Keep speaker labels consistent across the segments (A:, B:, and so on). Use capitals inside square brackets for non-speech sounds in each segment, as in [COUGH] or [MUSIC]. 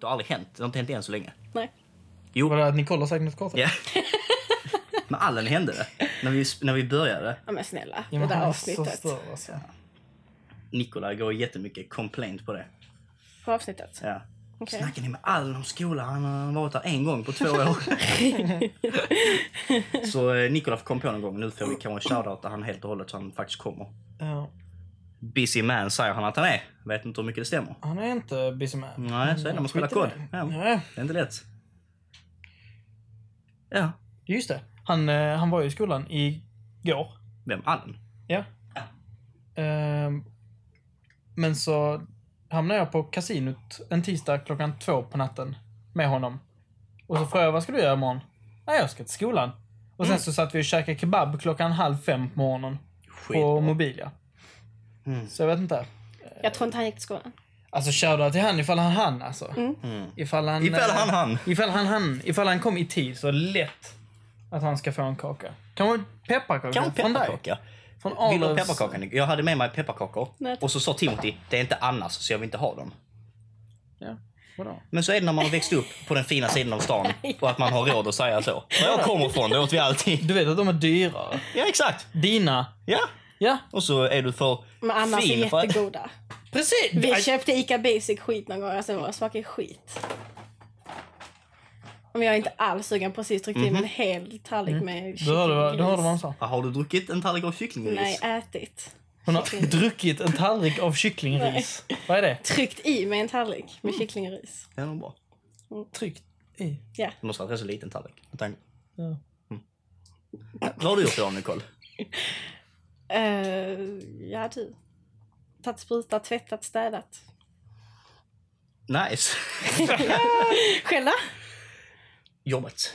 A: Det har aldrig hänt. Det har inte hänt än så länge.
B: Nej.
A: Jo.
C: Var det att Nicole har sagt något konstigt?
A: Ja. [LAUGHS] Men Allen hände det. När vi, när vi började.
B: Ja men snälla,
C: Ja,
B: det
C: men
B: där
C: han är så
B: avsnittet.
C: stör, alltså.
A: Nikola går jättemycket complaint på det.
B: På avsnittet?
A: Ja.
B: Okej.
A: Snackar ni med Allen om skolan? Han har varit där en gång på två
B: [LAUGHS]
A: år. så eh, Nikola kom på någon gång. Nu får vi kanske shoutouta han helt och hållet så han faktiskt kommer.
C: Ja.
A: Busy man säger han att han är. Vet inte hur mycket det stämmer.
C: Han är inte busy man. Mm,
A: Nej, så är det när man spelar
C: Skit i
A: kod.
C: det.
A: Ja.
C: Nej,
A: Det är inte lätt. Ja.
C: just det. Han, eh, han var ju i skolan igår.
A: Vem? Allen?
C: Ja. Ehm, men så hamnade jag på kasinot en tisdag klockan två på natten med honom. Och så frågade jag vad ska du göra imorgon? Nej, jag ska till skolan. Och
B: Mm.
C: sen så satt vi och käkade kebab klockan halv fem på morgonen. På
A: Skitbra.
C: Mobilia.
A: Mm.
C: Så jag vet inte.
B: Jag tror inte han gick till skolan.
C: Alltså shoutout till han ifall han hann alltså.
A: Mm.
C: Ifall han...
A: Ifall han
C: eh,
A: hann.
C: Ifall han hann. Ifall han kom i tid så lätt att han ska få en kaka. Kanske pepparkaka?
A: Kan hon
C: från dig?
A: pepparkaka?
C: Från
A: Vill du ha
C: Arlövs-
A: pepparkaka? Nick? Jag hade med mig pepparkakor.
B: Nej, tack.
A: Och så sa Timothy, det är inte Annas så jag vill inte ha dem.
C: Ja, vadå?
A: Men så är det när man har växt upp på den fina sidan av
B: [LAUGHS]
A: stan och att man har råd att säga så. Var jag kommer ifrån, det åt vi alltid.
C: Du vet att de är dyrare.
A: Ja, exakt.
C: Dina.
A: Ja.
C: Ja,
A: Och så är du för
B: Men annars är
A: fin för att...
B: jättegoda.
C: precis.
B: Vi
C: Aj,
B: köpte ICA Basic skit någon gång, alltså det var- smakade skit. Men jag är inte alls sugen, precis tryckt
C: Mhm.
B: in en hel tallrik med
C: Du hörde, vad- Mm. du hörde vad han
B: kycklingris.
C: sa.
A: Ja, Har du druckit en tallrik av kycklingris?
B: Nej, ätit.
C: Hon har
B: Kyckling.
C: druckit en tallrik av kycklingris. Vad är det?
B: Tryckt i mig en tallrik
C: Mm.
B: med kycklingris.
A: Det är nog bra.
C: Tryckt i.
B: Ja.
A: Det måste vara en så liten tallrik. Med tanke-
C: Ja.
A: Vad har du gjort idag Nicole?
B: Eh, ja du. Tagit spruta, tvättat, städat.
A: Nice.
B: Själva?
A: Jobbat.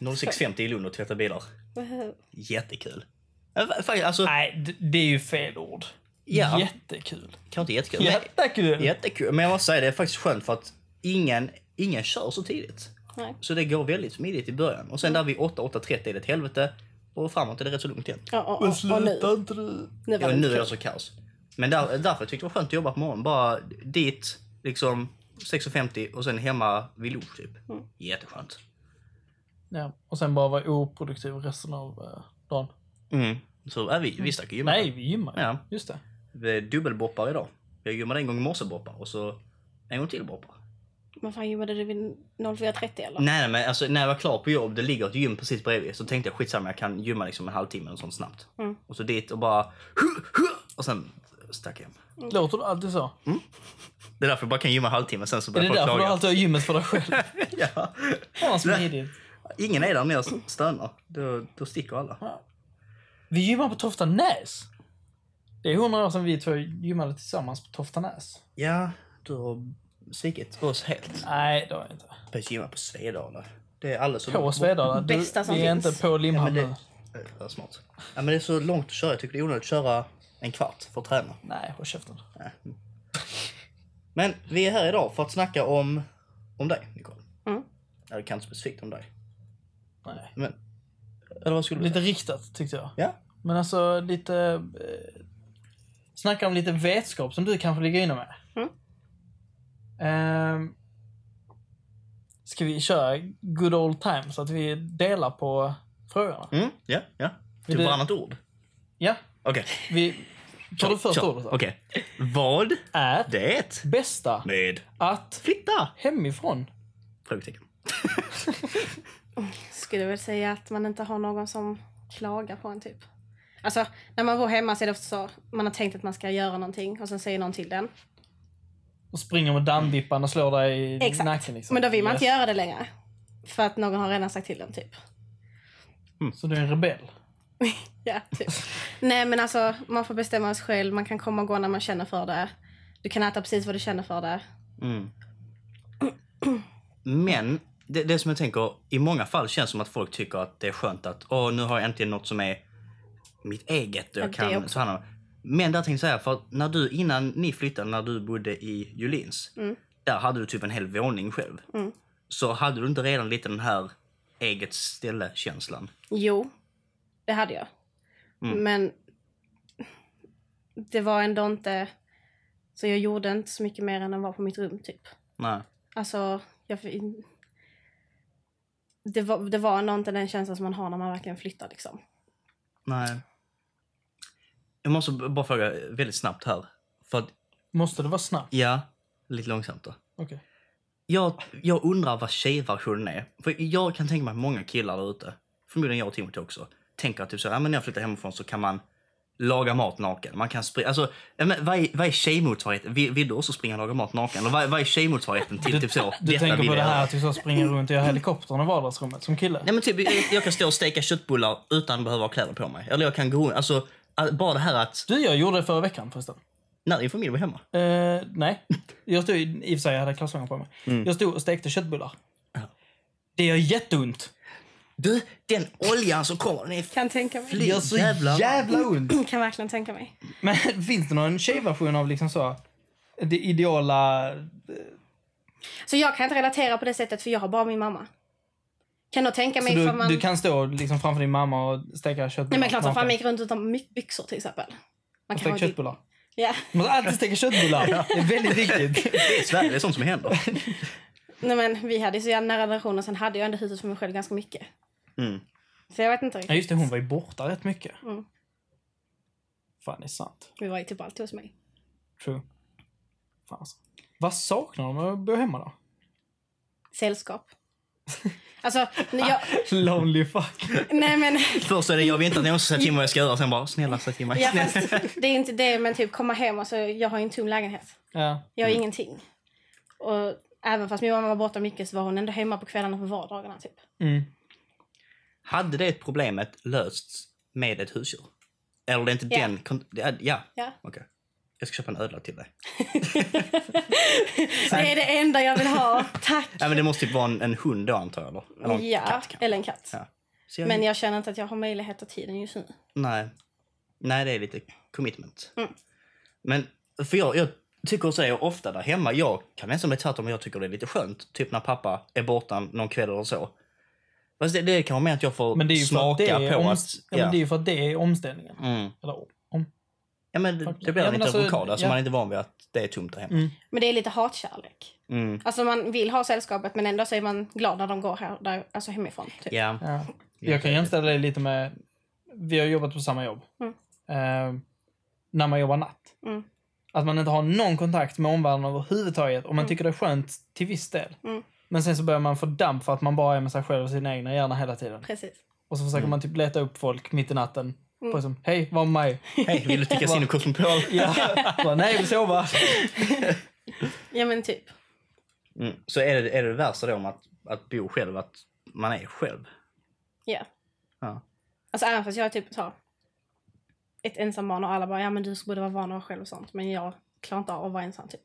A: 06.50 i Lund och tvättat bilar.
B: Wow.
A: Jättekul. Ja, fa- Faktiskt, alltså,
C: Nej, d- det är ju fel ord.
A: Ja.
C: Jättekul.
A: kanske inte jättekul. men-
C: Jättekul.
A: Jättekul. Men jag måste säga, det är faktiskt skönt för att ingen, ingen kör så tidigt.
B: Nej.
A: Så det går väldigt smidigt i början. Och sen där vid 8, 8.30 är det ett helvete. Och framåt är det rätt så lugnt igen.
B: Ja, ja, ja. Och nu.
C: inte du.
B: Nu
A: Ja,
B: var
A: nu är
B: det
A: det så kaos. Men där, därför tyckte jag det var skönt att jobba på morgonen. Bara dit, liksom 6.50 och sen hemma vid lunch typ. Jätteskönt.
C: Ja, och sen bara vara oproduktiv resten av eh, dagen.
A: Mm. Så är vi, vi stack ju gymma.
C: Nej, vi gymmar.
A: Ja.
C: Just det.
A: Vi är dubbelboppar idag. Jag gymmade en gång i morse boppar och så en gång till boppar.
B: Men fan gymmade du vid 04.30 eller?
A: Nej, nej, men alltså, när jag var klar på jobb, det ligger ett gym precis bredvid, så tänkte jag skitsamma, jag kan gymma liksom en halvtimme och sånt snabbt.
B: Mm.
A: Och så dit och bara hu, hu, och sen stack jag hem.
B: Mm.
C: Låter du alltid så?
A: Det är därför jag bara kan gymma en halvtimme, sen så
C: Är
A: börjar
C: det
A: folk
C: därför du
A: klaga.
C: alltid har gymmet för
A: [LAUGHS]
C: dig själv?
A: ja.
C: Fan, smidigt.
A: Ingen är där när jag stannar. Då, då sticker alla.
C: Vi gymmar på Toftanäs. Det är hundra år sedan vi två gymmade tillsammans på Toftanäs.
A: Ja, du har svikit oss helt.
C: Nej, det har jag inte.
A: Börjat gymma på Svedala. Det är alldeles
C: På Svedala. Du,
B: Bästa som
C: vi är
B: finns.
C: inte på
A: Ja, men
C: Limhamn
A: det,
C: nu.
A: Eh, vad smart. Ja, men det är så långt att köra. Jag tycker det är onödigt att köra en kvart för att träna.
C: Nej, håll käften.
A: Men vi är här idag för att snacka om, om dig, Nicole.
B: Mm.
A: Eller kanske specifikt om dig.
C: Nej.
A: Men, eller vad skulle du säga?
C: Lite riktat, tyckte jag.
A: Ja.
C: Men alltså, lite... Eh, snacka om lite vetskap som du kanske ligger inne med.
B: Mm.
C: Ehm, ska vi köra good old time så att vi delar på frågorna?
A: Mm, ja, ja.
C: Vill
A: Typ
C: du-
A: varannat ord?
C: Ja,
A: Okej.
C: vi... Tar du första
A: Kör.
C: ordet? då?
A: Okej. Vad
C: Är
A: det
C: bästa
A: med
C: att
A: flytta?
C: hemifrån?
A: Frågetecken.
B: Skulle väl säga att man inte har någon som klagar på en typ. Alltså när man bor hemma så är det ofta så man har tänkt att man ska göra någonting och sen säger någon till den.
C: Och springer med dammvippan och slår dig i
B: Exakt.
C: nacken. Liksom.
B: Men då vill man
C: Yes.
B: inte göra det längre. För att någon har redan sagt till den typ. [LAUGHS]
C: Så du är en rebell?
B: Ja, typ. Nej men alltså man får bestämma sig själv. Man kan komma och gå när man känner för det. Du kan äta precis vad du känner för det.
A: Mm. Men det, det som jag tänker, i många fall känns det som att folk tycker att det är skönt att åh, nu har jag äntligen något som är mitt eget och
B: Ja,
A: jag
B: det
A: kan
B: också.
A: ta hand om. Men där tänkte jag säga, för att när du, innan ni flyttade, när du bodde i Julins,
B: Mm.
A: där hade du typ en hel våning själv.
B: Mm.
A: Så hade du inte redan lite den här eget ställe-känslan?
B: Jo, det hade jag.
A: Mm.
B: Men det var ändå inte... Så jag gjorde inte så mycket mer än att vara på mitt rum typ.
A: Nej.
B: Alltså, jag, det, var, det var nog inte den känslan som man har när man verkligen flyttar liksom.
A: Nej. Jag måste b- bara fråga väldigt snabbt här. För att,
C: Måste det vara snabbt?
A: ja, lite långsamt då.
C: Okej.
A: Jag, jag undrar vad tjejversionen är. För jag kan tänka mig att många killar där ute, förmodligen jag och Timothy också, tänker att typ så, här, ja, men när jag flyttar hemifrån så kan man laga mat naken. Man kan springa, alltså, ja, men vad är, vad är tjejmotsvarigheten? Vill, vill du också springa och laga mat naken? Eller vad, vad är tjejmotsvarigheten till typ så?
C: Du
A: "Detta
C: tänker
A: vill
C: på
A: jag
C: det
A: göra"?
C: här att du så springer runt och gör helikoptern i vardagsrummet som kille?
A: Nej men typ, jag, jag kan stå och steka köttbullar utan att behöva ha kläder på mig. Eller jag kan gå alltså all- bara det här att,
C: Du, jag gjorde det förra veckan förresten.
A: när din familj var hemma.
C: Eh, nej. Jag stod, i i och för sig, jag hade kalsonger på mig. Jag stod och stekte köttbullar. Det gör jätteont.
A: Du, den oljan som kommer, den är
B: Kan tänka mig. Mm,
A: Det gör så jävla-
C: ont.
B: Kan verkligen tänka mig.
C: Men [LAUGHS] finns det någon tjejversion av liksom så, det ideala...
B: Så jag kan inte relatera på det sättet för jag har bara min mamma. Kan nog tänka
C: Så
B: mig
C: du,
B: ifall man...
C: du kan stå liksom framför din mamma och steka köttbullar?
B: Nej men klart som fan
C: naken.
B: man gick runt utan my- byxor till exempel. Man
C: Och
B: kan typ- ha
C: steka
B: det.
C: köttbullar.
B: Ja.
C: Man måste alltid
B: [LAUGHS]
C: steka köttbullar. Det är väldigt viktigt.
A: Det är Sverige, det är sånt som händer.
B: Nej men vi hade ju så jävla nära relationer sen hade jag ändå huset för mig själv ganska mycket.
A: Mm.
B: Så jag vet inte riktigt.
C: Ja, just det. Hon var ju borta rätt mycket.
B: Mm.
C: Fan, det är sant.
B: Vi var ju typ alltid hos mig.
C: True. Fan, alltså. Vad saknar de med att bo hemma då? [LAUGHS]
B: Sällskap. Alltså, när jag,
C: Lonely fuck.
B: nej men,
A: Först är det jag vill inte att någon ska säga till mig vad jag ska göra, sen bara snälla säg till mig.
B: ja, fast, [LAUGHS] det är inte det men typ komma hem, alltså, jag har ju en tom lägenhet.
C: Ja.
B: Jag har
A: Mm.
B: ingenting. Och även fast min mamma var borta mycket så var hon ändå hemma på kvällarna på vardagarna typ.
C: Mm.
A: Hade det problemet lösts med ett husdjur? Eller det är inte
B: Ja.
A: den... kon- det är- Ja.
B: Ja.
A: Okej. Jag ska köpa en ödla till dig.
B: Det är det enda jag vill ha, tack!
A: Ja, men det måste typ vara en, en hund då antar jag? Eller, eller en
B: ja,
A: katt kanske.
B: eller en katt.
A: Ja. Så jag,
B: Men jag känner inte att jag har möjlighet och tiden just nu.
A: Nej. Nej, det är lite commitment.
B: Mm.
A: Men för jag, jag tycker så är jag ofta där hemma. Jag kan nästan bli tvärtom om jag tycker det är lite skönt. Typ när pappa är borta någon kväll eller så. Fast det, det kan vara mer att jag får
C: Men det är ju för att det
A: smaka
C: är,
A: på att...
C: omst- ja. men det är ju för att det är omställningen.
A: Mm.
C: Eller om.
A: Ja, men det, det blir
C: Ja,
A: en
C: men
A: liten
C: alltså,
A: rockad. Alltså,
C: ja.
A: Man är inte van vid att det är tomt där hemma.
C: Mm.
B: Men det är lite hatkärlek.
A: Mm.
B: Alltså man vill ha sällskapet men ändå så är man glad när de går här, där, alltså hemifrån. Typ.
A: Ja.
C: Ja. Jag kan jämställa det lite med... Vi har jobbat på samma jobb.
B: Mm.
C: Eh, när man jobbar natt.
B: Mm.
C: Att man inte har någon kontakt med omvärlden överhuvudtaget. Och man tycker det är skönt till viss del.
B: Mm.
C: Men sen så börjar man få damp för att man bara är med sig själv och sina egna hjärna hela tiden.
B: Precis.
C: Och så försöker
A: Mm.
C: man typ leta upp folk mitt i natten.
B: Mm.
C: Bara som, hej, var
B: [LAUGHS]
C: med mig.
A: Hej, vill du
C: [LAUGHS]
A: till Casino Cosmopol?
C: Ja. bara, Nej, jag vill sova.
B: Ja men typ.
A: Mm. Så är det, är det det värsta då med att, att bo själv, att man är själv?
B: Ja.
A: Ja.
B: Alltså även fast jag är typ så, ett ensam barn och alla bara ja men du borde vara van att vara själv och sånt. Men jag klarar inte av att vara ensam typ.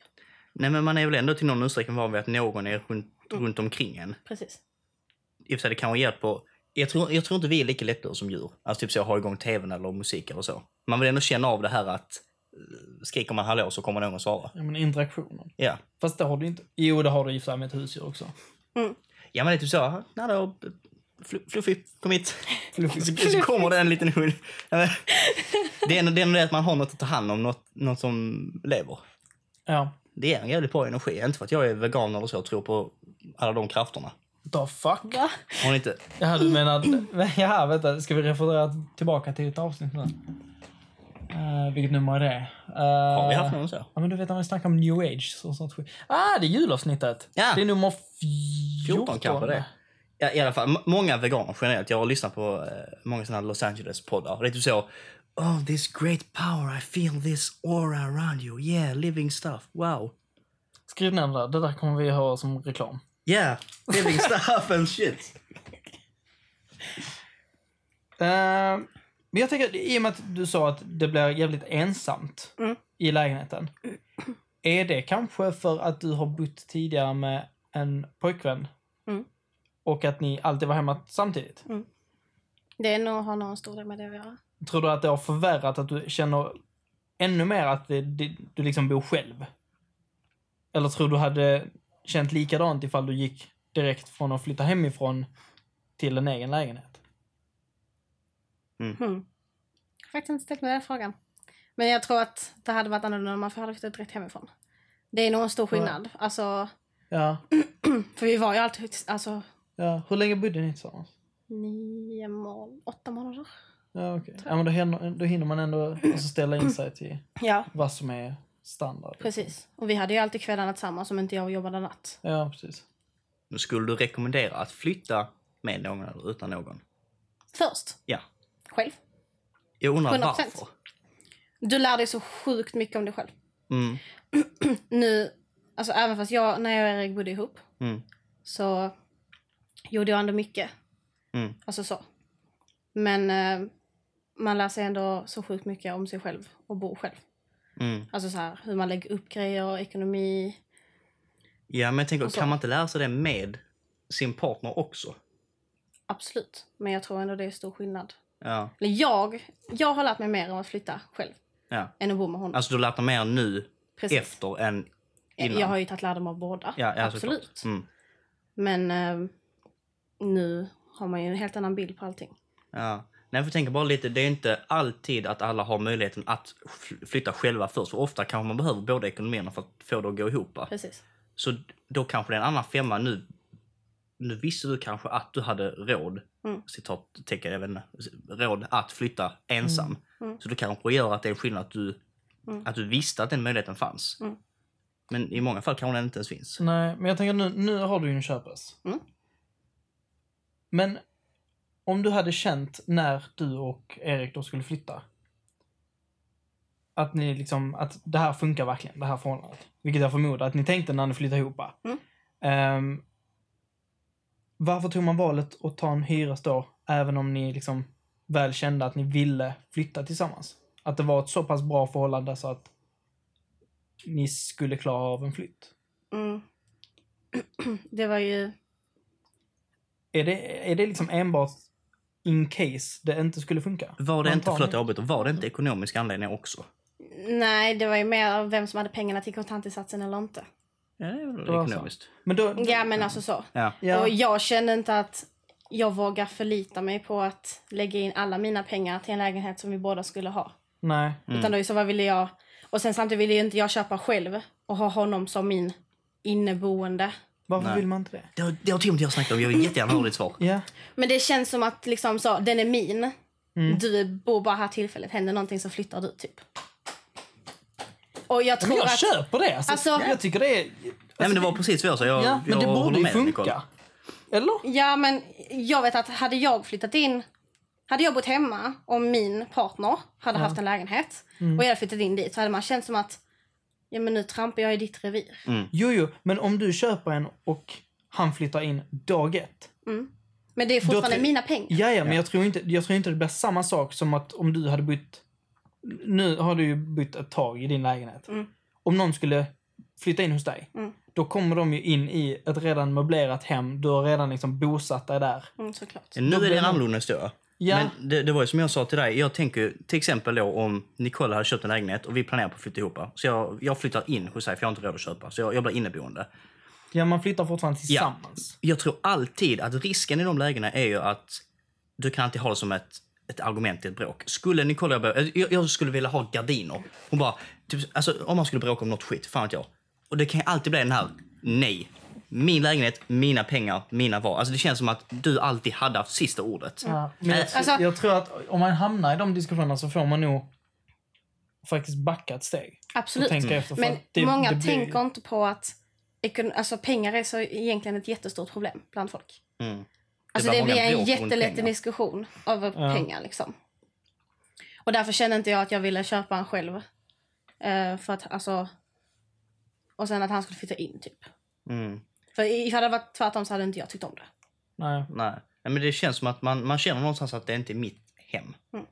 A: Nej, men man är väl ändå till någon utsträckning van vid att någon är runt, runt omkring en.
B: Precis.
A: i och för sig, det kanske hjälper. Jag tror, jag tror inte vi är lika lätta som djur. Alltså typ så ha igång tvn eller musik eller så. Man vill ändå känna av det här att eh, skriker man hallå så kommer någon svara.
C: Ja, men interaktionen.
A: Ja.
C: Fast det har du inte. Jo, det har du i och för sig med ett husdjur också.
A: Ja men det är typ så, nej då, fl- Fluffy kom hit.
C: Fluffy.
A: Så, så kommer det en liten hund. Ja, men, det är ändå det är ändå det att man har något att ta hand om, något, något som lever.
C: Ja.
A: Det är en jävligt bra energi. Inte för att jag är vegan eller så och tror på alla de krafterna.
C: The fuck?
B: Va?
A: Har ni inte?
C: Ja, du menar... Ja, vänta. Ska vi referera tillbaka till ett avsnitt nu? Eh, vilket nummer är det? Eh,
A: Har vi haft någon så?
C: Ja, men du vet när vi snackade om new age och sånt skit. Ah, det är julavsnittet!
A: Ja.
C: Det är nummer 14.
A: 14 kanske det. Ja, I alla fall, m- många veganer generellt. Jag har lyssnat på eh, många sådana Los Angeles-poddar. Det är typ så. Oh, this great power, I feel this aura around you. Yeah, living stuff. Wow.
C: Skriv ner det där. Det där kommer vi ha som reklam.
A: Yeah, living [LAUGHS] stuff and shit.
C: Eh, men jag tänker, i och med att du sa att det blir jävligt ensamt
B: Mm.
C: i lägenheten. Är det kanske för att du har bott tidigare med en pojkvän?
B: Mm.
C: Och att ni alltid var hemma samtidigt?
B: Det är nog, har nog en stor del med det att göra.
C: Tror du att det har förvärrat att du känner ännu mer att det, det, du liksom bor själv? Eller tror du hade känt likadant ifall du gick direkt från att flytta hemifrån till en egen lägenhet?
B: Hmm. Jag har faktiskt inte ställt mig den frågan. Men jag tror att det hade varit annorlunda om man hade flyttat direkt hemifrån. Det är nog en stor skillnad. Alltså,
C: Ja,
B: För vi var ju alltid alltså,
C: ja. Hur länge bodde ni tillsammans?
B: nio månader, åtta månader.
C: Ja, okej. Ja, men då hinner, då hinner man ändå alltså, ställa in sig till
B: Ja,
C: vad som är standard.
B: precis. Och vi hade ju alltid kvällarna tillsammans om inte jag jobbade natt.
C: Ja, precis.
A: Men skulle du rekommendera att flytta med någon eller utan någon?
B: Först,
A: Ja.
B: själv.
A: Jag undrar
B: 100%.
A: varför.
B: Du lär dig så sjukt mycket om dig själv.
A: Mm,
B: Nu, alltså även fast jag, när jag och Erik bodde ihop
A: mm,
B: så gjorde jag ändå mycket.
A: mm.
B: Alltså så. Men eh, man lär sig ändå så sjukt mycket om sig själv och bor själv.
A: Mm.
B: Alltså så här, hur man lägger upp grejer, ekonomi.
A: Ja, men jag tänker,
B: Och så.
A: kan man inte lära sig det med sin partner också?
B: Absolut. Men jag tror ändå det är stor skillnad.
A: Ja.
B: Eller jag, jag har lärt mig mer om att flytta själv
A: ja.
B: än att bo med honom.
A: Alltså, du har lärt dig mer nu
B: Precis.
A: efter än innan?
B: Jag har ju tagit lärdom av båda.
A: ja, ja,
B: Absolut.
A: såklart. Mm.
B: Men eh, nu har man ju en helt annan bild på allting.
A: Ja. Nej, för tänka bara lite. Det är inte alltid att alla har möjligheten att fl- flytta själva först. För ofta kanske man behöver båda ekonomierna för att få det att gå ihop. va?
B: Precis.
A: Så då kanske det är en annan femma nu. Nu visste du kanske att du hade råd,
B: Mm.
A: citat, tecken, jag vet inte, råd att flytta ensam.
B: Mm.
A: Så det kanske gör att det är en skillnad att du,
B: Mm.
A: att du visste att den möjligheten fanns.
B: Mm.
A: Men i många fall kanske den inte ens finns.
C: Nej, men jag tänker nu, nu har du ju en köpres.
B: Mm.
C: Men om du hade känt när du och Erik då skulle flytta. Att ni liksom, att det här funkar verkligen, det här förhållandet. Vilket jag förmodar att ni tänkte när ni flyttade ihop.
B: Mm.
C: Ehm, varför tog man valet att ta en hyres då, även om ni liksom väl kände att ni ville flytta tillsammans? Att det var ett så pass bra förhållande så att ni skulle klara av en flytt?
B: Mm. [CLEARS THROAT] det var ju...
C: Är det, är det liksom enbart in case det inte skulle funka?
A: Var det
C: Man
A: inte,
C: tar
A: förlåt
C: det. Mm.
A: jag avbryter, var det inte ekonomiska anledningar också?
B: Nej, det var ju mer av vem som hade pengarna till kontantinsatsen eller inte.
A: Ja, det är väl
C: Det var så.
A: ekonomiskt.
C: Men då...
B: Ja, men alltså så.
A: Ja.
C: Mm. Ja,
B: Och jag kände inte att jag vågar förlita mig på att lägga in alla mina pengar till en lägenhet som vi båda skulle ha.
C: nej.
B: Utan då så vad ville jag... Och sen samtidigt ville ju inte jag köpa själv och ha honom som min inneboende.
C: Varför
A: Nej.
C: vill man inte det?
A: Det har, det har Timothy och jag snackat om, jag vill jättegärna höra ditt svar.
C: Ja.
B: Men det känns som att liksom så, den är min.
C: Mm.
B: Du bor bara här tillfället. Händer någonting så flyttar du typ. Och jag
C: Men
B: tror
C: jag
B: att...
C: köper det! Alltså,
B: Alltså-
C: jag tycker det är...
A: Nej men det var precis vad jag sa, jag,
C: Ja, men
A: jag
C: det borde
A: håller
C: ju
A: med dig, Nicole.
C: funka. Eller?
B: Ja, men jag vet att hade jag flyttat in... Hade jag bott hemma och min partner hade haft en lägenhet och jag hade flyttat in dit så hade man känt som att ja, men nu trampar jag i ditt revir.
C: Jo, jo, men om du köper en och han flyttar in dag ett.
B: Men det är fortfarande
C: tror-
B: mina pengar.
C: Ja, ja, men jag tror, inte, jag tror inte det blir samma sak som att om du hade bytt... Nu har du ju bytt ett tag i din lägenhet.
B: Mm.
C: Om någon skulle flytta in hos dig,
B: Mm.
C: då kommer de ju in i ett redan möblerat hem. Du har redan liksom bosatt dig där.
B: Mm, såklart.
A: Nu är
C: blir
A: det en
C: det-
A: annorlunda historia.
C: Ja.
A: Men det, det var ju som jag sa till dig, jag tänker ju till exempel då om Nicole hade köpt en lägenhet och vi planerar på att flytta ihop. Så jag, jag flyttar in hos dig för jag har inte råd att köpa, så jag, jag blir inneboende.
C: Ja, man flyttar fortfarande tillsammans.
A: Jag tror alltid att risken i de lägena är ju att du kan alltid ha det som ett, ett argument i ett bråk. Skulle Nicole och jag, börja- jag, jag skulle vilja ha gardiner. Hon bara, typ, alltså, om man skulle bråka om något skit, fan vet jag. Och det kan ju alltid bli den här, nej. Min lägenhet, mina pengar, mina val. Alltså det känns som att du alltid hade haft sista ordet.
C: Ja. Men jag,
B: Alltså-
C: jag tror att om man hamnar i de diskussionerna så får man nog faktiskt backa ett steg. Och
B: Absolut.
C: tänka efter. för
B: Men
C: att det,
B: många
C: det blir-
B: tänker inte på att ekon- alltså, pengar är så egentligen ett jättestort problem bland folk.
A: Mm.
B: Alltså,
A: var
B: det
A: många
B: blir en
A: bråk runt
B: jättelätt
A: pengar.
B: diskussion över
C: Ja.
B: pengar. Liksom. Och därför kände inte jag att jag ville köpa en själv. Eh, för att, alltså, och sen att han skulle flytta in typ.
A: Mm.
B: För i- ifall det hade varit tvärtom så hade inte jag tyckt om det.
C: Nej.
A: Nej. Nej, men det känns som att man, man känner någonstans att det inte är mitt hem.
B: Mm.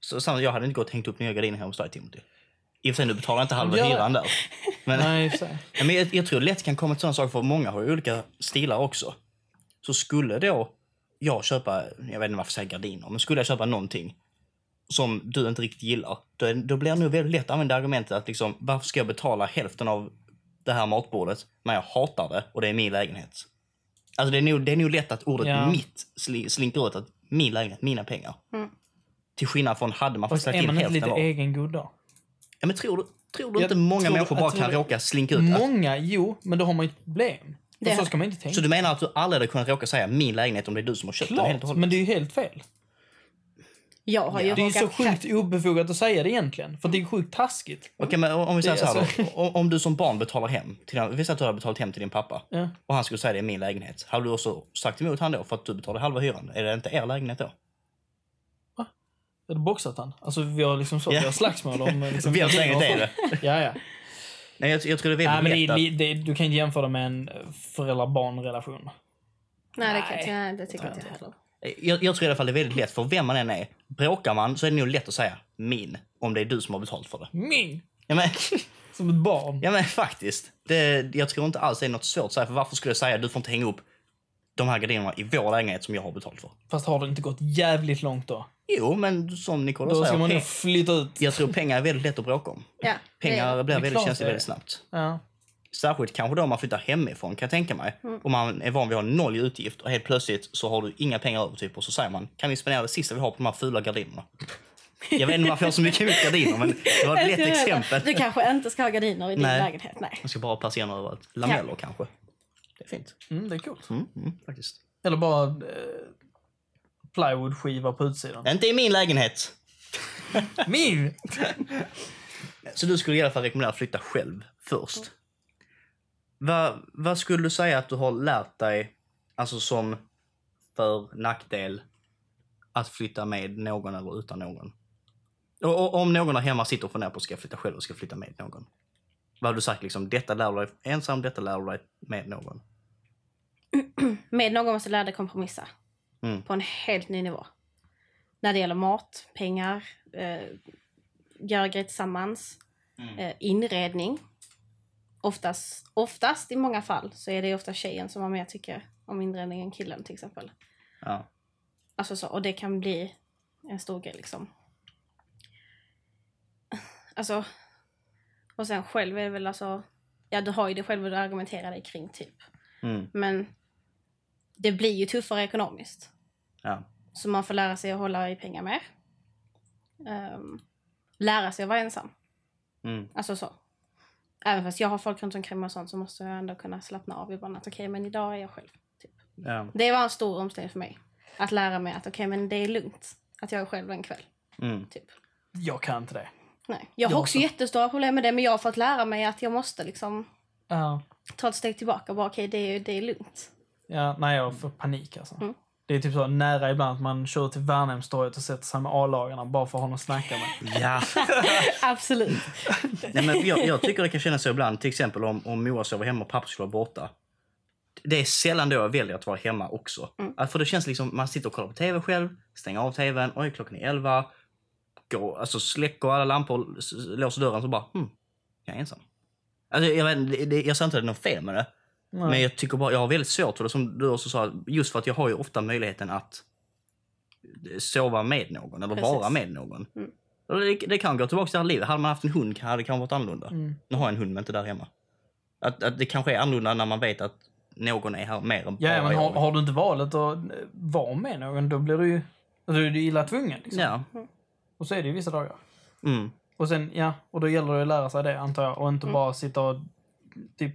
A: Så, samtidigt, jag hade inte gått och hängt upp nya gardiner hemma hos dig Timothy. I och för sig, nu betalar inte halva
C: Ja.
A: hyran där. Men,
C: Nej, i och för sig.
A: Nej, men jag, jag tror lätt kan komma till sådana saker, för många har ju olika stilar också. Så skulle då jag köpa, jag vet inte varför jag säger gardiner, men skulle jag köpa någonting som du inte riktigt gillar, då, är- då blir det nog väldigt lätt att använda argumentet att liksom, varför ska jag betala hälften av det här matbordet när jag hatar det och det är min lägenhet? Alltså det är nog, det är nog lätt att ordet
C: Ja.
A: mitt sli, slinker ut, att min lägenhet, mina pengar.
B: Mm.
A: Till skillnad från hade man
C: Och
A: faktiskt
C: så
A: lagt
C: är
A: in
C: man inte
A: hälften
C: lite
A: av.
C: egengod då?
A: Ja, men tror du, Tror du
C: Jag
A: inte många
C: tror-
A: människor
C: jag
A: bara
C: tror
A: kan
C: det-
A: råka slinka ut? Att-
C: Många, jo, men då har man ju ett problem.
B: Det-
C: Och så ska man inte tänka.
A: Så du menar att du aldrig hade kunnat råka säga min lägenhet om det är du som har köpt Typ, den helt och
C: Klart,
A: hållet?
C: men det är ju helt fel.
B: Jag har ju
C: Det är ju så
B: råkat-
C: sjukt obefogat att säga det egentligen. För det är ju sjukt taskigt.
A: Okej, men om vi säger
C: Det-
A: så här
C: alltså-
A: då. Om- Om du som barn betalar hem, till, vi säger att du har betalat hem till din pappa
C: Ja.
A: och han skulle säga det är min lägenhet. Hade du också sagt emot han då för att du betalade halva hyran? Är det inte er lägenhet då?
C: Eller boxat han. Alltså vi har liksom så,
A: Ja.
C: vi har slagsmål om...
A: [LAUGHS]
C: Liksom,
A: Vems lägenhet är det?
C: Ja, ja.
A: Nej, jag, jag tror det är
C: Nej, men
A: väldigt
C: det,
A: lätt att...
C: är- det, du kan inte jämföra med en eh, föräldrar-barn-relation.
B: Nej, det, kan,
C: Nej.
B: nej, det tycker jag inte jag heller.
A: Jag, jag tror i alla fall det är väldigt lätt för vem man än är. Bråkar man så är det nog lätt att säga min om det är du som har betalt för det.
C: Min!
A: Ja, men,
C: Som ett barn.
A: ja, men faktiskt. Det, jag tror inte alls det är något svårt att säga. För varför skulle jag säga du får inte hänga upp de här gardinerna i vår lägenhet som jag har betalt för?
C: Fast har det inte gått jävligt långt då?
A: Jo, men som Nicola
C: Då ska
A: säger,
C: man
A: pe-
C: nog flytta ut.
A: jag tror pengar är väldigt lätt att bråka om.
B: Ja, det är-
A: Pengar blir
C: det är
A: väldigt
C: klart
A: känsligt
C: det är.
A: väldigt snabbt.
C: Ja.
A: Särskilt kanske då om man flyttar hemifrån kan jag tänka mig. Om man är van vid att ha noll i utgift och helt plötsligt så har du inga pengar över typ och så säger man kan vi spendera det sista vi har på de här fula gardinerna? Jag vet inte varför jag har så mycket emot gardiner men det var ett
B: [LAUGHS]
A: lätt
B: Du
A: exempel.
B: kanske inte ska ha gardiner i din
A: Nej.
B: lägenhet. Nej.
A: Man ska bara placera dem överallt. Lameller kanske. Det är fint.
C: Mm, det är coolt.
A: Mm, mm, faktiskt.
C: Eller bara eh, plywoodskiva på utsidan.
A: Inte i min lägenhet!
C: Min!
A: Så du skulle i alla fall rekommendera att flytta själv först. Vad, vad skulle du säga att du har lärt dig, alltså som för nackdel, att flytta med någon eller utan någon? Och, och om någon där hemma sitter och funderar på ska jag flytta själv eller ska jag flytta med någon? Vad har du sagt liksom, detta lär du dig ensam, detta lär du dig med någon?
B: Med någon måste lära dig kompromissa.
A: Mm.
B: På en helt ny nivå. När det gäller mat, pengar, eh, göra grejer tillsammans, eh, inredning. Oftast, oftast, i många fall, så är det ofta tjejen som har mer tycker om inredning än killen till exempel.
A: Ja.
B: Alltså så, och det kan bli en stor grej liksom. Alltså, och sen själv är det väl alltså, ja du har ju det själv och du argumenterar dig kring typ.
A: Mm.
B: Men det blir ju tuffare ekonomiskt.
A: ja.
B: Så man får lära sig att hålla i pengar mer. Ehm, lära sig att vara ensam.
A: Mm.
B: Alltså så. Även fast jag har folk runt omkring mig och sånt så måste jag ändå kunna slappna av ibland. Att okej, men idag är jag själv. Typ.
A: ja.
B: Det var en stor omställning för mig. Att lära mig att okej, men det är lugnt. Att jag är själv en kväll.
A: Mm.
B: Typ.
C: Jag kan inte det.
B: Nej. Jag har
C: Jag
B: också
C: också.
B: jättestora problem med det, men jag har fått lära mig att jag måste liksom
C: Ja.
B: ta ett steg tillbaka och bara okej, det, är- det är lugnt.
C: Ja, nej, jag får panik alltså.
B: Mm.
C: Det är typ så nära ibland att man kör till Värnhemstorget och sätter sig med A-lagarna bara för att ha någon att snacka med.
A: ja.
B: Absolut.
A: Nej, men jag, jag tycker det kan kännas så ibland, till exempel om, om Moa sover hemma och pappa skulle vara borta. Det är sällan då jag väljer att vara hemma också.
B: Mm.
A: Att För det känns liksom, man sitter och kollar på TV själv, stänger av TVn, oj klockan är 11. Går, alltså släcker alla lampor, s- s- låser dörren så bara, hmm, jag är ensam. Alltså, jag, vet, inte, det, det, jag säger inte att det är något fel med det,
C: Nej.
A: men jag tycker bara, jag har väldigt svårt för det som du också sa, just för att jag har ju ofta möjligheten att eh, sova med någon eller
B: Precis.
A: vara med någon.
B: Mm.
A: Och Det, det kan gå tillbaka till det här livet. Hade man haft en hund hade det kanske varit annorlunda.
C: Mm.
A: Nu har jag en hund men inte där hemma. Att, att det kanske är annorlunda när man vet att någon är här mer än
C: Ja, ja,
A: bara
C: men har,
A: jag.
C: har du inte valet att eh, vara med någon, då blir du ju då är du illa tvungen. Liksom.
A: Ja.
C: Och så är det ju vissa dagar.
A: Mm.
C: Och sen, ja, och då gäller det att lära sig det antar jag och inte
B: Mm.
C: bara sitta och typ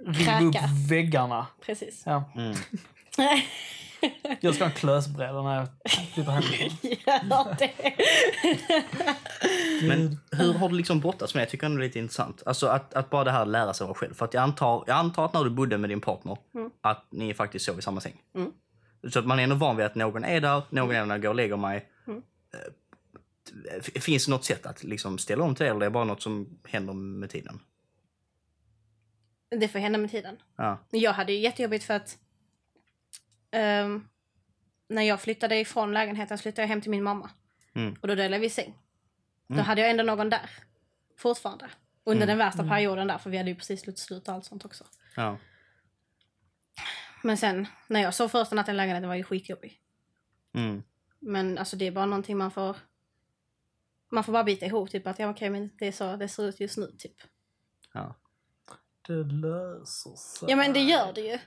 C: riva upp
B: Kräka.
C: väggarna.
B: Precis. [LAUGHS]
C: Ja.
A: Mm.
C: Jag ska ha en klösbräda när jag
B: [LAUGHS]
C: flyttar hemifrån.
B: Gör det.
A: Men hur har du liksom brottats med det? Jag tycker ändå det är lite intressant. Alltså att, att bara det här att lära sig vara själv. För att jag antar, jag antar att när du bodde med din partner
B: Mm.
A: att ni faktiskt sov i samma säng.
B: Mm.
A: Så att man är ändå van vid att någon är där, någon är där när jag går och lägger mig.
B: Mm.
A: Eh, f- Finns det något sätt att liksom ställa om till det eller är det bara något som händer med tiden?
B: Det får hända med tiden.
A: Ja.
B: Jag hade ju jättejobbigt för att ehm, när jag flyttade ifrån lägenheten flyttade jag hem till min mamma.
A: Mm.
B: Och då delade vi säng. Då
A: Mm.
B: hade jag ändå någon där. Fortfarande. Under
A: Mm.
B: den värsta perioden där, för vi hade ju precis slutat slut och allt sånt också.
A: ja.
B: Men sen, när jag sov första natten i lägenheten var ju skitjobbig. [CLEARS THROAT]
A: Mm.
B: Men alltså det är bara någonting man får... Man får bara bita ihop, typ att ja, okej, men det är så det ser ut just nu, typ.
A: ja.
C: Det löser sig.
B: Ja, men det gör det ju.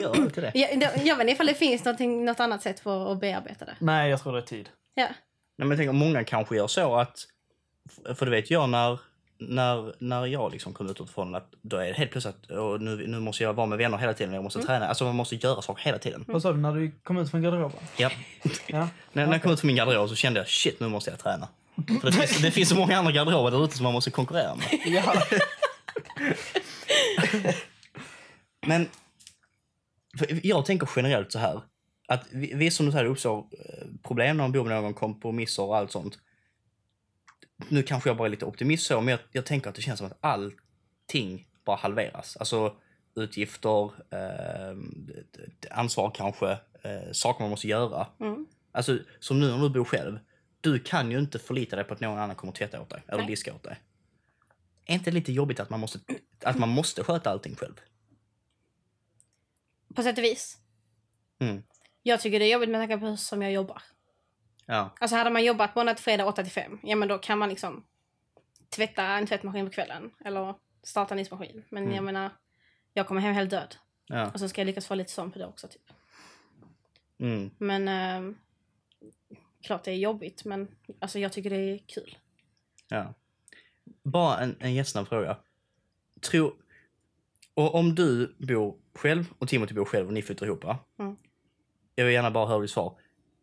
A: Gör inte det.
B: Jag, jag vet inte ifall det finns någonting, något annat sätt för att bearbeta det.
C: Nej, jag tror det är tid.
B: Ja.
A: Nej, men jag tänker, många kanske gör så att... För det vet jag när när, när jag liksom kom ut från att då är det helt plötsligt att och nu, nu måste jag vara med vänner hela tiden, jag måste träna. Alltså man måste göra saker hela tiden.
C: Vad sa du? När du kom ut från garderoben?
A: Ja.
C: Ja.
A: När, när jag kom ut från min garderob så kände jag shit, nu måste jag träna. För det, finns, det finns så många andra garderober där ute som man måste konkurrera med.
C: ja.
A: Men för jag tänker generellt så här. Att vi, vi som du säger, det uppstår eh, problem när man bor med någon, kompromisser och allt sånt. Nu kanske jag bara är lite optimist så, men jag, jag tänker att det känns som att allting bara halveras. Alltså utgifter, eh, d- d- ansvar kanske, eh, saker man måste göra.
B: Mm.
A: Alltså som nu när du bor själv. Du kan ju inte förlita dig på att någon annan kommer att tvätta åt dig eller
B: Nej.
A: diska åt dig. Är inte det lite jobbigt att man måste, att man måste sköta allting själv?
B: På sätt och vis.
A: Mm.
B: Jag tycker det är jobbigt med tanke på hur som jag jobbar.
A: Ja.
B: Alltså hade man jobbat måndag till fredag 8 till 5, ja men då kan man liksom tvätta en tvättmaskin på kvällen eller starta en diskmaskin. Men
A: Mm.
B: jag menar, jag kommer hem helt död.
A: ja.
B: Och så ska jag lyckas få lite sån på det också. Typ.
A: Mm.
B: Men eh, klart det är jobbigt men alltså jag tycker det är kul.
A: Ja. Bara en, en jättesnabb fråga. Tror... Och om du bor själv och Timothy bor själv och ni flyttar ihop, va?
B: Mm.
A: jag vill gärna bara höra ditt svar.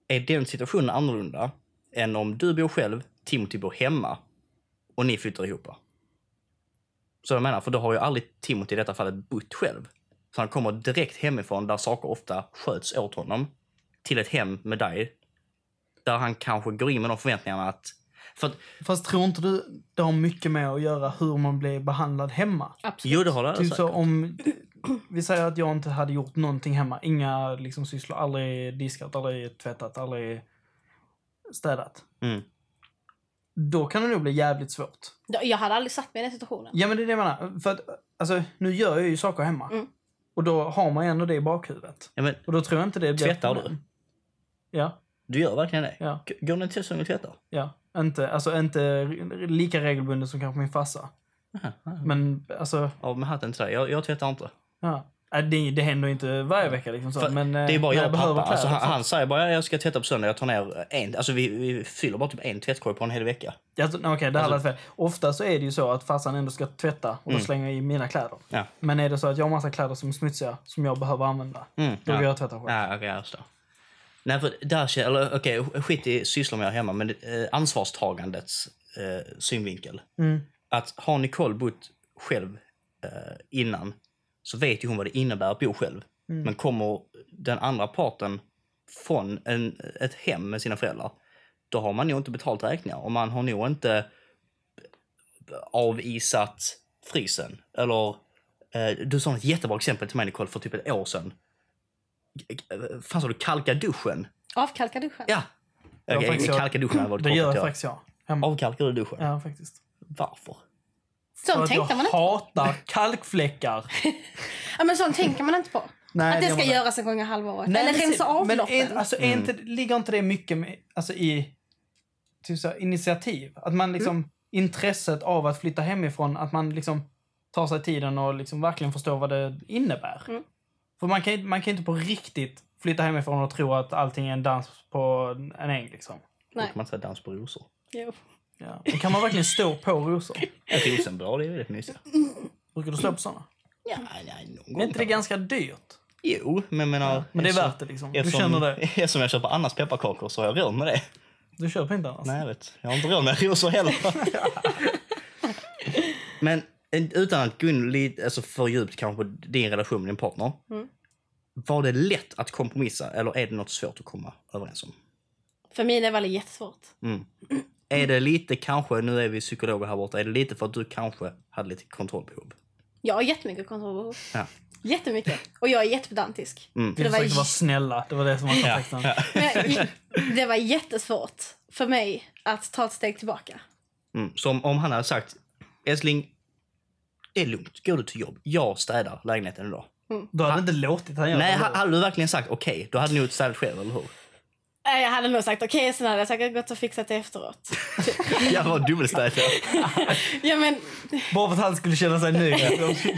A: Är den situationen annorlunda än om du bor själv, Timothy bor hemma och ni flyttar ihop? Så jag menar, för då har ju aldrig Timothy i detta fallet bott själv. Så han kommer direkt hemifrån där saker ofta sköts åt honom till ett hem med dig där han kanske går in med de förväntningarna att... För att
C: Fast tror inte du det har mycket med att göra hur man blir behandlad hemma?
B: Absolut.
A: Jo, det har alltså. det
C: Typ
A: säkert.
C: så om... Vi säger att jag inte hade gjort någonting hemma. Inga liksom, sysslor. Aldrig diskat, aldrig tvättat, aldrig städat.
A: Mm.
C: Då kan det nog bli jävligt svårt.
B: Jag hade aldrig satt mig i den situationen.
C: Ja, men det är det jag menar. För att, alltså, nu gör jag ju saker hemma.
B: Mm.
C: Och då har man ju ändå det i bakhuvudet.
A: Ja, men
C: Och då tror jag inte det blir...
A: Tvättar du?
C: Ja,
A: du gör verkligen det.
C: ja,
A: G- Går ni till säsong och tvättar?
C: ja. Inte, alltså, inte lika regelbundet som kanske min farsa.
A: Aha, aha.
C: Men alltså,
A: Av med hatten till dig. Jag, jag tvättar inte.
C: ja. Äh, Det, det händer ju inte varje vecka. Liksom, så.
A: För
C: Men, eh,
A: Det är bara
C: när
A: jag och
C: behöver
A: pappa.
C: kläder, liksom.
A: Alltså, han,
C: så-
A: han säger bara jag ska tvätta på söndag. Jag tar ner en. Alltså vi, vi fyller bara typ en tvättkorg på en hel vecka.
C: Ja, så- nej, Okej,
A: Alltså-
C: det hade varit fel. Ofta så är det ju så att farsan ändå ska tvätta och då
A: Mm.
C: slänger jag i mina kläder.
A: Ja.
C: Men är det så att jag har massa kläder som är smutsiga som jag behöver använda,
A: Mm,
C: då
A: ja.
C: går jag och tvättar själv.
A: Ja, okej, jag förstår. Nej, för där, kän- eller, okej, skit i sysslor man gör hemma, men eh, ansvarstagandets eh, synvinkel.
C: Mm.
A: Att har Nicole bott själv eh, innan så vet ju hon vad det innebär att bo själv.
C: Mm.
A: Men kommer den andra parten från en, ett hem med sina föräldrar, då har man nog inte betalt räkningar och man har nog inte avisat frysen. Eller, eh, du sa ett jättebra exempel till mig Nicole för typ ett år sedan. Eh, Fan sa du kalka duschen?
B: Avkalkar du själv?
A: Ja!
C: Ja,
A: Okej,
C: faktiskt, ja.
A: kalka duschen hade varit
C: Det gör
A: korkat, ja.
C: faktiskt jag. Hemma.
A: Avkalkar du duschen?
C: Ja, faktiskt.
A: Varför?
C: För
B: Sånt
C: att jag
B: tänkte man inte på.
C: hatar
B: [LAUGHS]
C: kalkfläckar.
B: Ja, men sånt tänker man inte på.
C: Nej,
B: att det
C: gör
B: ska
C: man inte.
B: göras en gång i halvåret.
C: Nej,
B: Eller
C: men-
B: rensa avloppen.
C: Men är, alltså, är inte, ligger inte det mycket med, alltså, i typ så här, initiativ? Att man liksom, intresset av att flytta hemifrån, att man liksom tar sig tiden och liksom verkligen förstår vad det innebär.
B: Mm.
C: För man kan, ju- man kan ju inte på riktigt flytta hemifrån och tro att allting är en dans på en äng. Liksom.
A: Då
B: Nej.
A: kan man inte säga dans på rosor.
B: Jo.
C: Ja. Men Kan man verkligen stå på rosor?
A: Ett rosenblad är väldigt mysigt.
C: Brukar du stå på sådana?
A: Ja, nej, någon gång.
C: Är inte det ganska dyrt?
A: Jo, men jag menar...
C: Men det är
A: eftersom-
C: värt det liksom. Du
A: Eftersom,
C: känner det.
A: [LAUGHS] eftersom jag köper Annas pepparkakor så har jag råd med det.
C: Du köper inte annars?
A: Nej, jag vet. Jag har inte råd med rosor
C: [LAUGHS]
A: heller. Men en- utan att gå in lite alltså för djupt kanske på din relation med din partner.
B: Mm.
A: Var det lätt att kompromissa eller är det något svårt att komma överens om?
B: För min är väldigt jättesvårt.
A: Mm. Är det lite kanske, nu är vi psykologer här borta, är det lite för att du kanske hade lite kontrollbehov?
B: Jag har jättemycket kontrollbehov.
A: Ja.
B: Jättemycket. Och jag är jättepedantisk.
A: Mm.
B: För
C: Vi
B: det, var
C: försökte vara
B: j-
C: snälla. Det var det som var kontakten.
B: men, [LAUGHS] det var jättesvårt för mig att ta ett steg tillbaka.
A: Mm. Som om han hade sagt, älskling, det är lugnt, går du till jobb, jag städar lägenheten idag.
C: Du hade inte låtit han göra
A: Nej,
C: det.
A: ha- hade du verkligen sagt okej, då hade ni gjort städat själv, eller hur?
B: Nej, Eh, Jag hade nog sagt okej, sen hade jag säkert gått och fixat det efteråt.
A: [LAUGHS] Jag var dubbelstädad.
B: ja, men,
C: Bara för att han skulle känna sig nöjd.
A: [LAUGHS]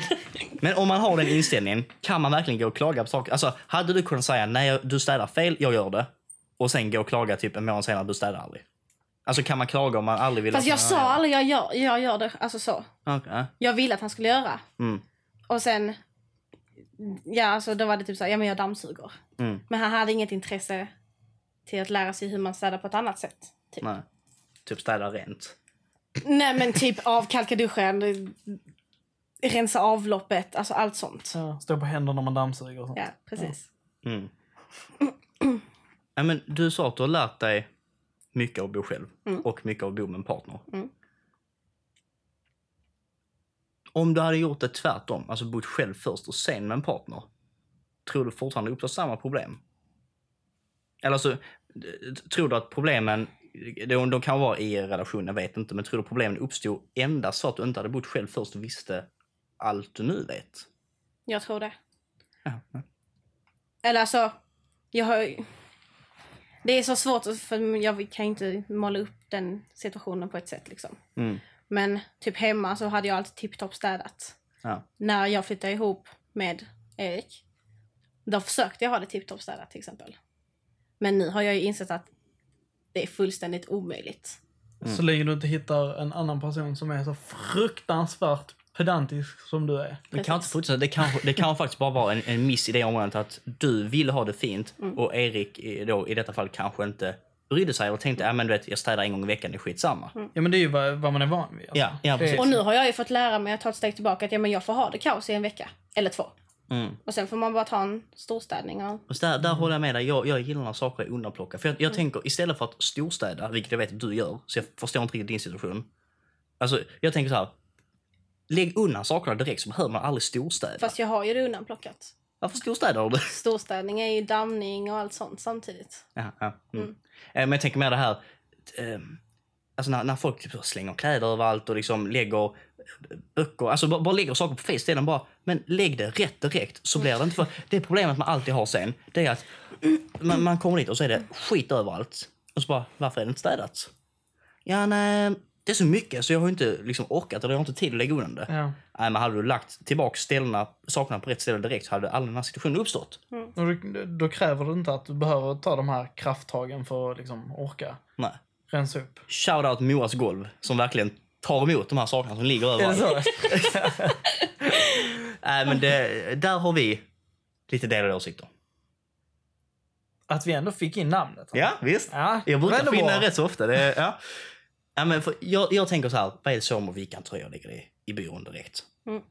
A: Men om man har den inställningen, kan man verkligen gå och klaga på saker? Alltså, hade du kunnat säga nej, jag- du städar fel, jag gör det. Och sen gå och klaga typ en månad senare, du städar aldrig. Alltså kan man klaga om man aldrig vill
B: Fast jag sa aldrig jag gör, jag gör det. Alltså så.
A: Okej.
B: Jag ville att han skulle göra.
A: Mm.
B: Och sen... Ja, alltså då var det typ så här, ja men jag dammsuger.
A: Mm.
B: Men han hade inget intresse till att lära sig hur man städar på ett annat sätt. Typ.
A: Nej. Typ städa rent.
B: Nej men typ avkalka duschen, rensa avloppet, alltså allt sånt.
C: Ja, Stå på händerna när man dammsuger och sånt.
B: Ja, precis.
A: Mm. Nej, men du sa att du har lärt dig mycket av att bo själv
B: Mm.
A: och mycket av att bo med en partner.
B: Mm.
A: Om du hade gjort det tvärtom, alltså bott själv först och sen med en partner, tror du fortfarande uppstår samma problem? Eller så, tror du att problemen, de, de kan vara i er relation, jag vet inte, men tror du problemen uppstod endast för att du inte hade bott själv först och visste allt du nu vet?
B: Jag tror det.
A: Ja.
B: Eller alltså, jag har ju- Det är så svårt att- för jag kan ju inte måla upp den situationen på ett sätt liksom.
A: Mm.
B: Men typ hemma så hade jag alltid tipptopp städat.
A: ja.
B: När jag flyttade ihop med Erik, då försökte jag ha det tipptopp städat till exempel. Men nu har jag ju insett att det är fullständigt omöjligt.
A: Mm.
C: Så länge du inte hittar en annan person som är så fruktansvärt pedantisk som du är.
A: Det kan, inte
B: Precis.
A: fortsätta. Det, kan, det kan faktiskt bara vara en, en miss i det området att du ville ha det fint
B: Mm.
A: och Erik i- då, i detta fall kanske inte brydde sig och tänkte att men du vet, jag städar en gång i veckan, det är skitsamma.
B: Mm.
C: Ja men det är ju vad, vad man är van vid. Alltså.
A: Ja, ja,
C: Det är-
A: precis.
B: Och nu har jag ju fått lära mig att ta ett steg tillbaka att ja, men jag får ha det kaos i en vecka. Eller två.
A: Mm.
B: Och sen får man bara ta en storstädning. Och...
A: Och så där, där håller jag med dig. Jag, jag gillar när saker är undanplockade. För jag, jag
B: Mm.
A: tänker istället för att storstäda, vilket jag vet att du gör, så jag förstår inte riktigt din situation. Alltså, jag tänker så här. Lägg undan sakerna direkt så behöver man aldrig storstäda.
B: Fast jag har ju det undanplockat.
A: Varför storstädar du?
B: Storstädning är ju damning och allt sånt samtidigt.
A: Ja, ja, mm. Eh, Men jag tänker mer det här, eh, alltså när, när folk typ så slänger kläder överallt och liksom lägger böcker, alltså bara, bara lägger saker på Facebook, bara, men lägg det rätt direkt så blir det inte för... Det problemet man alltid har sen, det är att man, man kommer dit och så är det skit överallt. Och så bara, varför är det inte städat? Ja, nej, det är så mycket så jag har ju inte liksom orkat eller jag har inte tid att lägga undan det.
C: Ja.
A: Nej, men hade du lagt tillbaka ställena, sakerna på rätt ställe direkt så hade aldrig den här situationen uppstått.
C: Och du, Alltså, då kräver du inte att du behöver ta de här krafttagen för att liksom orka
A: Nej.
C: rensa upp.
A: Shoutout Moas golv som verkligen tar emot de här sakerna som ligger
C: Är det
A: överallt.
C: så?
A: Nej, men det, där har vi lite delade åsikter.
C: Att vi ändå fick in namnet.
A: Ja, visst.
C: ja
A: Jag brukar
C: men det var-
A: finna rätt så ofta. Det, ja. Nej, men för jag, jag tänker så här, vad är det som och vilken tröja ligger i, i byrån direkt?
B: Mm.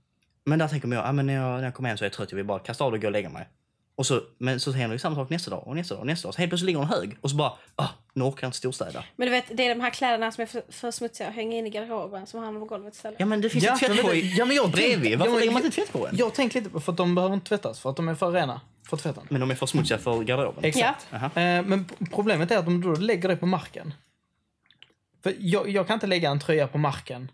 A: Men där tänker jag, ja, men när jag, när jag kommer hem så är jag trött, jag vill bara kasta av det och gå och lägga mig. Och så, men så händer ju samma sak nästa dag och nästa dag och nästa dag. Så helt plötsligt ligger en hög och så bara, ah, nu orkar jag inte storstäda.
B: Men du vet, det är de här kläderna som är för, för smutsiga och hänger in i garderoben som hamnar på golvet istället.
A: Ja men det finns
C: Ja,
A: ett
C: men det-
A: tvättkorg
C: ja, men jag tänkte-
A: bredvid.
C: ja,
A: Varför
C: men-
A: lägger man inte i tvättkorgen?
C: Jag tänkte lite på för att de behöver inte tvättas för att de är för rena för tvätten.
A: Men de är för smutsiga för garderoben.
C: Exakt.
A: Aha.
C: Eh, Men p- problemet är att om du då lägger det på marken. För jag, jag kan inte lägga en tröja på marken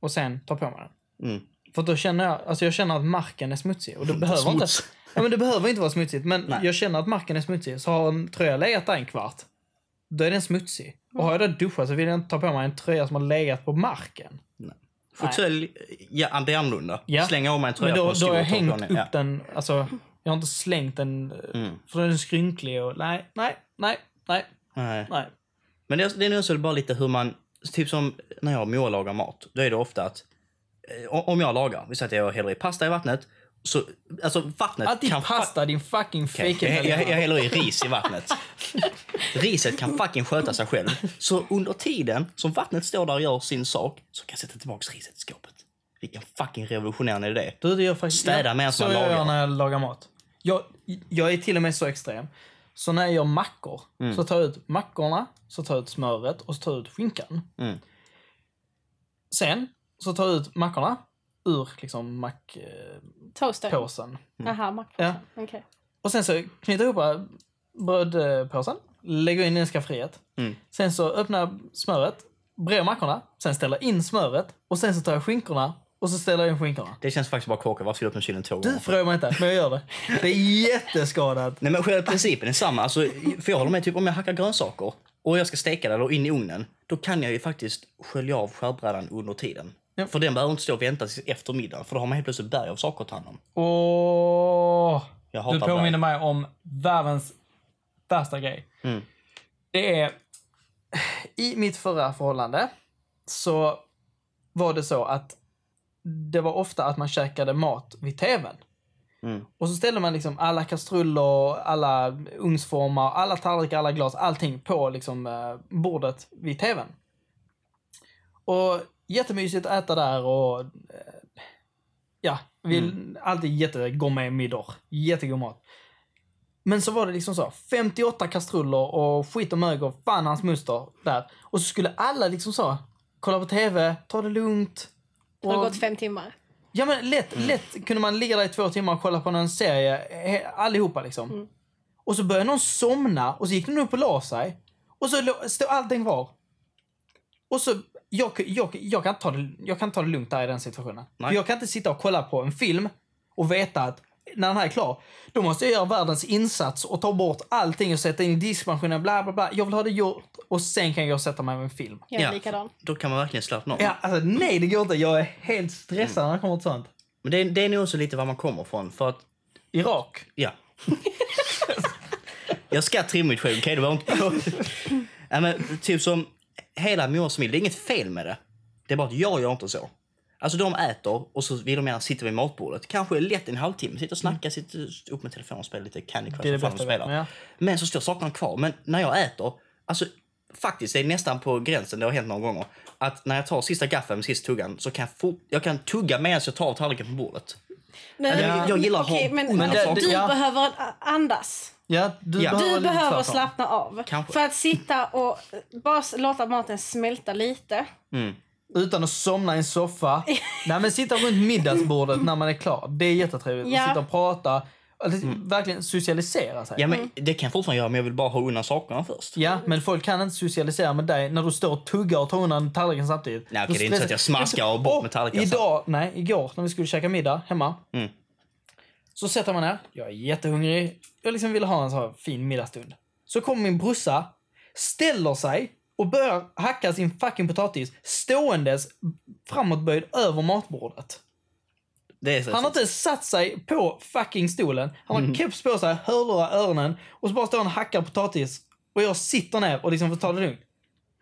C: och sen ta på mig den.
A: Mm.
C: För då känner jag, alltså jag känner att marken är smutsig. Och det behöver inte,
A: Smuts.
C: ja, men det behöver inte vara smutsigt. Men
A: Nej.
C: jag känner att marken är smutsig. Så har en tröja legat där en kvart, då är den smutsig. Och har jag då duschat så vill jag inte ta på mig en tröja som har legat på marken.
A: Fåtölj, ja det är annorlunda.
C: Ja.
A: Slänga av mig en tröja
C: Men
A: på
C: då,
A: en
C: då
A: stol
C: har jag
A: och ta på
C: hängt upp
A: den. Ja.
C: den. Alltså, jag har inte slängt den. eh,
A: Mm.
C: För den är skrynklig och nej, nej, nej, nej,
A: Nej.
C: nej.
A: Men det, är- det är nog också bara lite hur man, typ som när jag och Moa lagar mat, då är det ofta att eh, o- om jag lagar, vi säger att jag häller i pasta i vattnet, så, alltså vattnet
C: Alltid
A: kan... fa-
C: pasta, din fucking
A: Okej,
C: fake
A: jag, jag, jag
C: italienare.
A: häller i ris i vattnet. [LAUGHS] Riset kan fucking sköta sig själv. Så under tiden som vattnet står där och gör sin sak så kan jag sätta tillbaka riset i skåpet. Vilken fucking revolutionerande idé.
C: Du, det gör faktiskt...
A: Städa
C: jag-
A: medan
C: Så
A: man
C: jag
A: lagar.
C: gör när jag lagar mat. Jag, jag är till och med så extrem. Så när jag gör mackor, så tar jag ut mackorna, så tar jag ut smöret och så tar jag ut skinkan.
A: Mm.
C: Sen så tar jag ut mackorna ur liksom mackpåsen.
B: Toaster. Aha, mackpåsen. Okej.
C: Och sen så knyter jag ihop brödpåsen, lägger in den i skafferiet.
A: Mm.
C: Sen så öppnar jag smöret, brer mackorna, sen ställer jag in smöret och sen så tar jag skinkorna och så ställer jag in skinkorna.
A: Det känns faktiskt bara korkat. Varför ska du öppna kylen två gånger?
C: Du frågar mig inte, men jag gör det. Det är jätteskadat.
A: Nej men själva principen är samma. Alltså, för jag håller med, typ om jag hackar grönsaker och jag ska steka det eller in i ugnen, då kan jag ju faktiskt skölja av skärbrädan under tiden.
C: Ja.
A: För den behöver inte stå och vänta till eftermiddagen, för då har man helt plötsligt berg av saker att ta hand om.
C: Åh!
A: Jag hatar
C: Du påminner mig om världens värsta grej.
A: Mm.
C: Det är... I mitt förra förhållande så var det så att det var ofta att man käkade mat vid TVn.
A: Mm.
C: Och så ställde man liksom alla kastruller, alla ugnsformar, alla tallrikar, alla glas, allting på liksom eh, bordet vid TVn. Och jättemysigt att äta där och eh, ja, vill alltid jättegommiga middagar. Jättegod mat. Men så var det liksom så, 58 kastruller och skit och mög och fan hans moster där. Och så skulle alla liksom så, kolla på TV, ta det lugnt.
B: Det har
C: Och-
B: gått fem timmar.
C: Ja men lätt, lätt kunde man ligga där i två timmar och kolla på någon serie, he- allihopa liksom.
B: Mm.
C: Och så började någon somna och så gick den upp och la sig. Och så lå- stod allting kvar. Och så, jag, ku- jag, jag, kan inte ta det, jag kan inte ta det lugnt där i den situationen.
A: Nej.
C: För jag kan inte sitta och kolla på en film och veta att när den här är klar, då måste jag göra världens insats och ta bort allting och sätta in i diskmaskinen, bla bla bla. Jag vill ha det gjort och sen kan jag sätta mig med en film.
B: Jag är
A: Ja.
B: likadan.
A: Då kan man verkligen slappna av.
C: Ja, alltså nej det går inte. Jag är helt stressad när det kommer till sånt.
A: Men det är, det är nog också lite var man kommer ifrån. För att,
C: Irak.
A: ja. jag ska trimma mitt skägg, okej? Okay? Det var inte... Nej, men typ som hela min årsfamilj, det är inget fel med det. Det är bara att jag gör inte så. Alltså de äter och så vill de gärna sitta vid matbordet. Kanske lätt en halvtimme, sitta och snacka, sitta upp med telefonen och spela lite Candy Crush.
C: Mm. Det är
A: vad fan
C: det
A: de
C: bästa.
A: spelar.
C: Ja.
A: Men så står sakerna kvar. Men när jag äter, alltså faktiskt, det är nästan på gränsen, det har hänt några gånger, att när jag tar sista gaffeln med sista tuggan så kan jag, fort, jag kan tugga medan jag tar tallriken på bordet.
B: Men,
A: jag- jag gillar att ha
B: okej, men,
A: undan
B: men
C: saker.
B: du
C: Ja.
B: behöver andas.
C: Ja, du
A: Ja.
C: behöver,
B: Du
C: lite
B: behöver
C: tvärtom.
B: slappna av.
A: Kanske.
B: För att sitta och bara s- låta maten smälta lite.
C: Utan att somna i
B: [LAUGHS]
C: en soffa. Nej men sitta runt middagsbordet när man är klar. Det är jättetrevligt.
B: Ja.
C: Att sitta och prata. Alltså, Verkligen socialisera sig.
A: Ja, men Det kan jag fortfarande göra, men jag vill bara ha undan sakerna först.
C: Ja, men folk kan inte socialisera med dig när du står och tuggar och tar undan tallriken samtidigt.
A: Nej, okej,
C: Då
A: det är inte så att jag smaskar och bort med tallriken
C: Och Idag, nej, igår när vi skulle käka middag hemma.
A: Mm.
C: Så sätter man ner. Jag är jättehungrig. Jag liksom ville ha en så här fin middagsstund. Så kommer min brorsa, ställer sig och börjar hacka sin fucking potatis ståendes framåtböjd över matbordet.
A: Det är så,
C: Han har inte satt sig på fucking stolen. Han
A: Mm.
C: har keps på sig, hörlurar i öronen och så bara står han och hackar potatis. Och jag sitter ner och liksom får ta det lugnt.
A: Mm.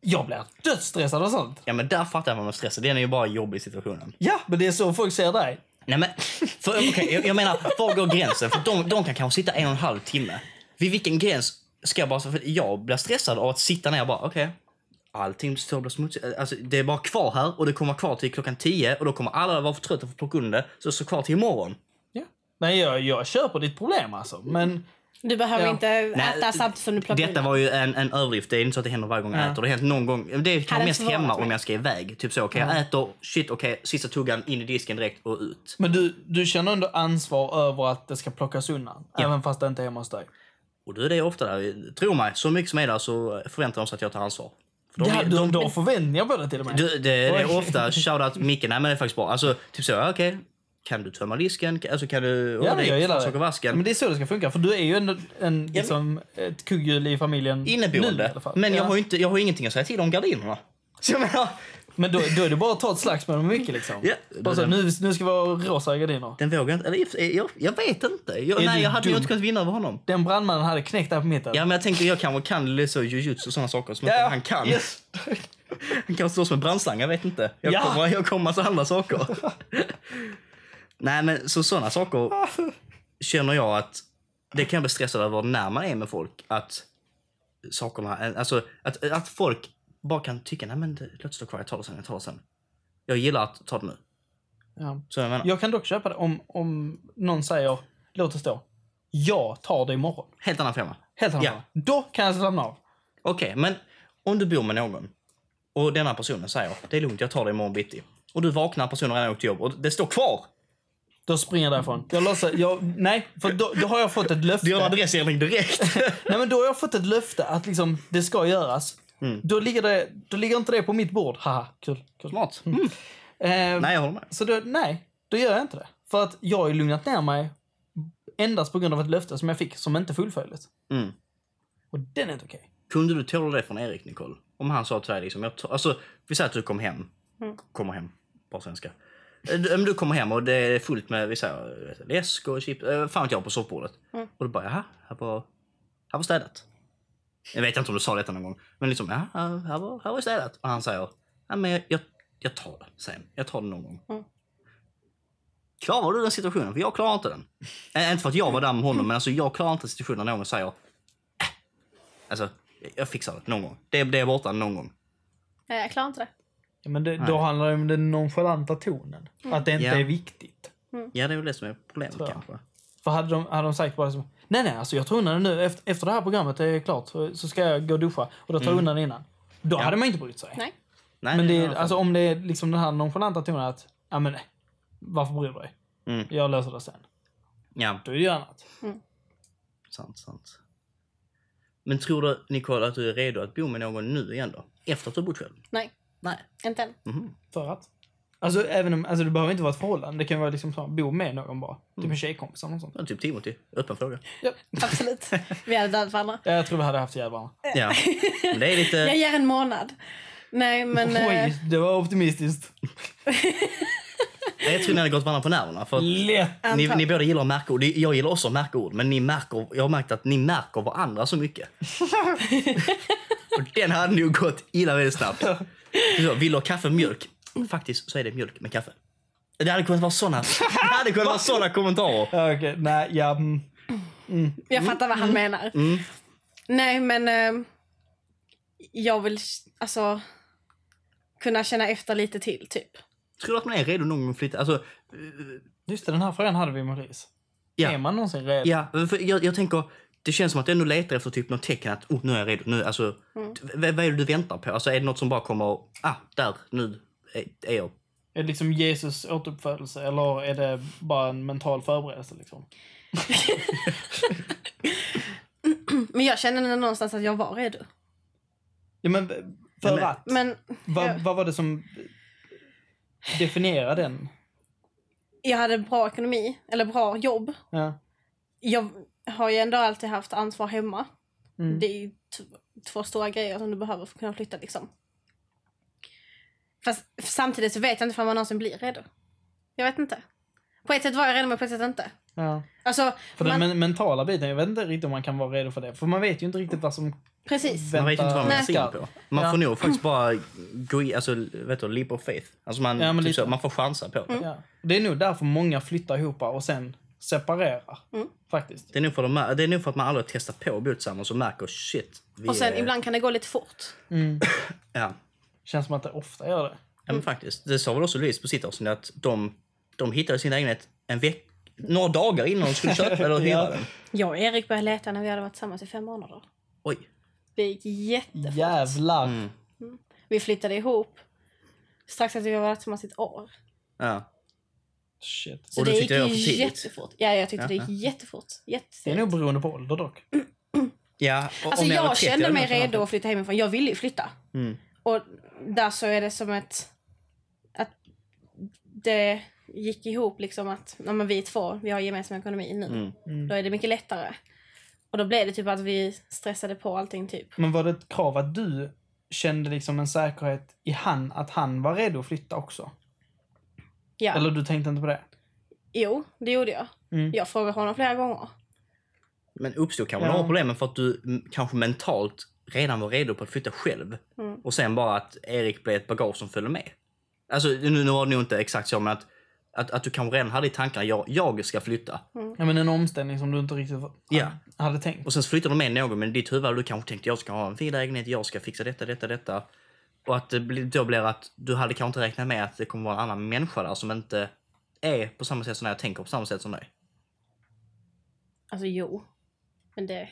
C: Jag blir dödsstressad och sånt.
A: ja, men där fattar jag vad man stressar. Den är ju bara jobbig i situationen.
C: Ja, men det är så folk ser dig.
A: Nej, men, [LAUGHS] för, okej, jag, jag menar, var går gränsen? För de, de kan kanske sitta en och en halv timme. Vid vilken gräns ska jag bara... För jag blir stressad av att sitta ner och bara, okej. allting står och blir smutsigt. Alltså, det är bara kvar här och det kommer vara kvar till klockan 10 och då kommer alla vara för trötta för att plocka undan det. Så det står kvar till imorgon.
C: Ja. Nej, jag, jag köper ditt problem alltså. Men
B: Du behöver
C: Ja.
B: inte
A: Nej,
B: äta samtidigt som du plockar
A: Detta
B: undan.
A: var ju en, en överdrift. Det är inte så att det händer varje gång jag
C: Ja.
A: äter. Det har hänt någon gång. Det kan
B: Hade
A: mest
B: inte förvånat
A: hemma
B: mig.
A: om jag ska iväg. Typ så, okej jag äter, shit okej, sista tuggan in i disken direkt och ut.
C: men du, du känner ändå ansvar över att det ska plockas undan. Även fast det inte är hemma hos dig.
A: Och då är det ofta där. Tro mig, så mycket som är där så förväntar de sig att jag tar ansvar. För
C: De,
A: de-
C: ja,
A: de-
C: du, du har förväntningar på det till och med.
A: Du, det är
C: Oj. [LAUGHS]
A: ofta shoutout Micke. Nej men det är faktiskt bra. Alltså typ så, ja, okej. Kan du tömma disken? Alltså kan du... åh,
C: ja,
A: det
C: men
A: är
C: jag gillar
A: saker
C: det.
A: i
C: Ja,
A: vasken.
C: Men det är så det ska funka. För du är ju en, en, liksom, ett kugghjul i familjen nu i
A: Inneboende.
C: alla fall.
A: Men jag
C: Ja.
A: har, ju inte, jag har ju ingenting att säga till om gardinerna. [LAUGHS] Så jag menar,
C: Men då, då är det bara att ta ett slagsmål med mycket liksom.
A: Ja,
C: bara så,
A: den-
C: nu, nu ska vi ha rosa gardiner.
A: den vågar jag inte. Eller i och för sig, jag, jag vet inte. Jag,
C: Är
A: nej,
C: du
A: jag hade ju
C: dum?
A: inte kunnat vinna över honom.
C: Den brandmannen hade knäckt där på mitten.
A: Ja, men jag tänker jag kanske kan lite så jujutsu och sådana saker som
C: Ja,
A: inte
C: ja.
A: han kan.
C: Yes.
A: Han kan slåss med brandslang, jag vet inte. Jag
C: Ja.
A: kommer jag kommer massa andra
C: [LAUGHS]
A: saker. nej, men så sådana saker känner jag att det kan jag bli stressad över när man är med folk. Att sakerna, alltså att, att folk bara kan tycka, nej men det, låt stå kvar, jag tar det sen, jag tar det sen. Jag gillar att ta det nu.
C: Ja.
A: Så jag menar,
C: Jag kan dock köpa det om, om någon säger låt oss då. Jag tar det imorgon.
A: helt annan femma.
C: Helt annorlunda.
A: Ja.
C: Då kan jag slappna av.
A: Okej, men om du bor med någon och denna personen säger det är lugnt, jag tar det imorgon bitti. Och du vaknar, personen har redan åkt till jobb och det står kvar.
C: Då springer jag därifrån. Jag låtsas, jag, nej, för då, då har jag fått ett
A: [LAUGHS]
C: löfte.
A: Du gör en adressändring direkt.
C: Nej men då har jag fått ett löfte att liksom, det ska göras.
A: Mm.
C: Då, ligger det, då ligger inte det på mitt bord. Haha, kul. kul.
A: Smart. Mm.
C: Eh,
A: Nej, jag håller med.
C: Så då, nej, då gör jag inte det. För att jag har ju lugnat ner mig endast på grund av ett löfte som jag fick som inte fullföljdes.
A: Mm.
C: Och den är inte okej.
A: Kunde du tåla det från Erik, Nicole? Om han sa till dig, liksom, jag tar- alltså, vi säger att du kom hem.
B: Mm.
A: Kommer hem, bara svenska. Eh, Du, men du kommer hem och det är fullt med vi säger, jag vet, läsk och chips, eh, fan vet jag, på soffbordet.
B: Mm.
A: Och du bara, jaha, här var, här var städat. Jag vet inte om du sa detta någon gång. Men liksom, ja, här var, här var städat. Och han säger, ja, men jag, jag, jag tar det sen. Jag tar det någon gång.
B: Mm.
A: Klarar du den situationen? För jag klarar inte den. Ä- inte för att jag var där med honom, men alltså, jag klarar inte situationen när någon säger, äh, alltså, jag fixar det någon gång. Det, det är borta någon gång.
B: Nej, jag klarar inte det.
C: Ja, men det, då
A: Nej.
C: handlar det om den nonchalanta tonen. Att det inte
A: Ja.
C: är viktigt.
A: Ja, det är väl det som är problemet
C: Tror jag.
A: kanske.
C: För hade de, hade de sagt bara som, nej nej, alltså jag tar undan det nu. Efter, efter det här programmet är klart så så ska jag gå och duscha. Och då tar jag undan det innan. Då hade man inte brytt sig.
B: Nej.
A: Mm. Nej,
C: Men det
A: i
C: är,
A: alla fall-
C: alltså, om det är liksom den här nonchalanta tonen att, ja men nej, varför bryr du dig?
A: Mm.
C: Jag löser det sen.
A: Ja,
C: Då är det ju annat.
A: sant, sant. Men tror du, Nicole, att du är redo att bo med någon nu igen då? Efter att du har bott själv?
B: Nej,
A: Nej. [LAUGHS]
B: inte än.
A: Mhm.
C: För att? Alltså, även om, alltså det behöver inte vara ett förhållande. Det kan vara liksom så, bo med någon bara. Typ en tjejkompis eller något sånt.
A: Ja, typ Timothy. Öppen fråga.
C: Ja.
B: Absolut. Vi hade dödat varandra.
C: Ja, Jag tror vi hade haft ihjäl varandra.
A: Ja. Men det är
B: Jag
A: lite...
B: ger en månad. Nej, men... eh,
C: Oj, det var optimistiskt.
A: Jag tror ni hade gått varandra på nerverna. För att
C: Lätt!
A: ni,
B: Antagligen.
A: ni båda gillar att märka ord. Jag gillar också att märka ord. Men ni märker, jag har märkt att ni märker varandra så mycket. Och den hade nog gått illa väldigt snabbt. Så, vill du ha kaffe mjölk? Faktiskt så är det mjölk med kaffe. Det hade kunnat vara såna, det hade kunnat vara såna kommentarer.
C: Ja, Okej, nej, ja. mm.
B: jag fattar vad han menar.
A: Mm.
B: Nej, men... eh, jag vill alltså kunna känna efter lite till, typ.
A: Tror du att man är redo någon gång att flytta? Alltså,
C: Just det, den här frågan hade vi med Maurice.
A: Ja.
C: Är man någonsin rädd?
A: ja, för jag, jag tänker, det känns som att jag ändå letar efter typ något tecken att oh, nu är jag redo. Nu, alltså, v- vad är det du väntar på? Alltså, är det något som bara kommer, ah, där, nu är, är jag.
C: Är det liksom Jesus återuppfödelse eller är det bara en mental förberedelse? Liksom?
B: Men jag känner någonstans att jag var redo.
C: Ja, men för
A: Ja, men-
C: att?
B: Men
C: vad, vad var det som definierade den?
B: jag hade bra ekonomi, eller bra jobb.
C: Ja.
B: Jag har ju ändå alltid haft ansvar hemma.
C: Mm.
B: Det är ju t- två stora grejer som du behöver för att kunna flytta liksom. Fast samtidigt så vet jag inte om man någonsin blir redo. Jag vet inte. På ett sätt var jag redo men på ett sätt inte.
C: Ja.
B: Alltså,
C: För
B: man,
C: den men- mentala biten, jag vet inte riktigt om man kan vara redo för det. För man vet ju inte riktigt vad som
B: precis.
A: Man vet inte vad man
B: Nej.
A: ser på. Man
C: Ja.
A: får nog faktiskt bara gå i, alltså, vet du, leap of faith. Alltså man,
C: Ja, men
A: typ
C: lite.
A: så, man får chansa på
B: Mm.
A: det.
C: Ja. Det är nog därför många flyttar ihop och sen separerar.
B: Mm.
C: Faktiskt.
A: Det är, nog för de, här- det är nog för att man aldrig har testat på att bo tillsammans och märker shit. Vi
B: Och sen
A: är,
B: ibland kan det gå lite fort.
A: ja.
C: Känns som att det ofta gör det.
A: Ja,
B: Mm.
A: men faktiskt. Det sa väl också Louise på sitt avsnitt att de, de hittade sin lägenhet en veck, några dagar innan de
B: [LAUGHS]
A: skulle köpa eller hyra
C: Ja.
A: den.
B: Jag och Erik började leta när vi hade varit tillsammans i fem månader.
A: Oj.
B: Det gick
A: Mm.
B: jättefort.
C: Jävlar!
B: Vi flyttade ihop strax efter vi hade varit tillsammans i ett år.
A: Ja.
C: Shit.
B: Så
A: Och du
B: det gick
A: tyckte det var för
B: ju
A: tidigt?
B: jättefort. Ja, jag tyckte det gick
A: Jaha.
B: jättefort.
C: Det är
B: Jättefort.
C: nog beroende på ålder dock.
A: ja och-
B: Alltså
A: om ni hade
B: jag
A: varit 30
B: kände
A: hade
B: mig
A: man kunnat-
B: redo att flytta hemifrån. Jag ville ju flytta.
A: Mm.
B: Och där så är det som ett... Att det gick ihop liksom att ja, men vi två, vi har gemensam ekonomi nu.
A: Mm.
B: Då är det mycket lättare. Och då blev det typ att vi stressade på allting typ.
C: Men var det ett krav att du kände liksom en säkerhet i han, att han var redo att flytta också?
B: Ja.
C: Eller du tänkte inte på det?
B: Jo, det gjorde jag.
C: Mm.
B: Jag frågade honom flera gånger.
A: Men uppstod kanske
C: Ja.
A: några problem men för att du mm, kanske mentalt redan var redo på att flytta själv.
B: Mm.
A: Och sen bara att Erik blev ett bagage som följde med. Alltså nu, nu var det nog inte exakt så men att, att, att du kanske redan hade i tankarna jag, jag ska flytta.
B: Mm.
C: Ja men en omställning som du inte riktigt
A: Ja.
C: hade tänkt.
A: Och sen så flyttar de med någon men i ditt huvud hade du kanske tänkt jag ska ha en fin lägenhet, jag ska fixa detta, detta, detta. Och att det bli- då blir att du hade kanske inte räknat med att det kommer vara en annan människa där som inte är på samma sätt som jag tänker på samma sätt som dig.
B: Alltså jo. Men det,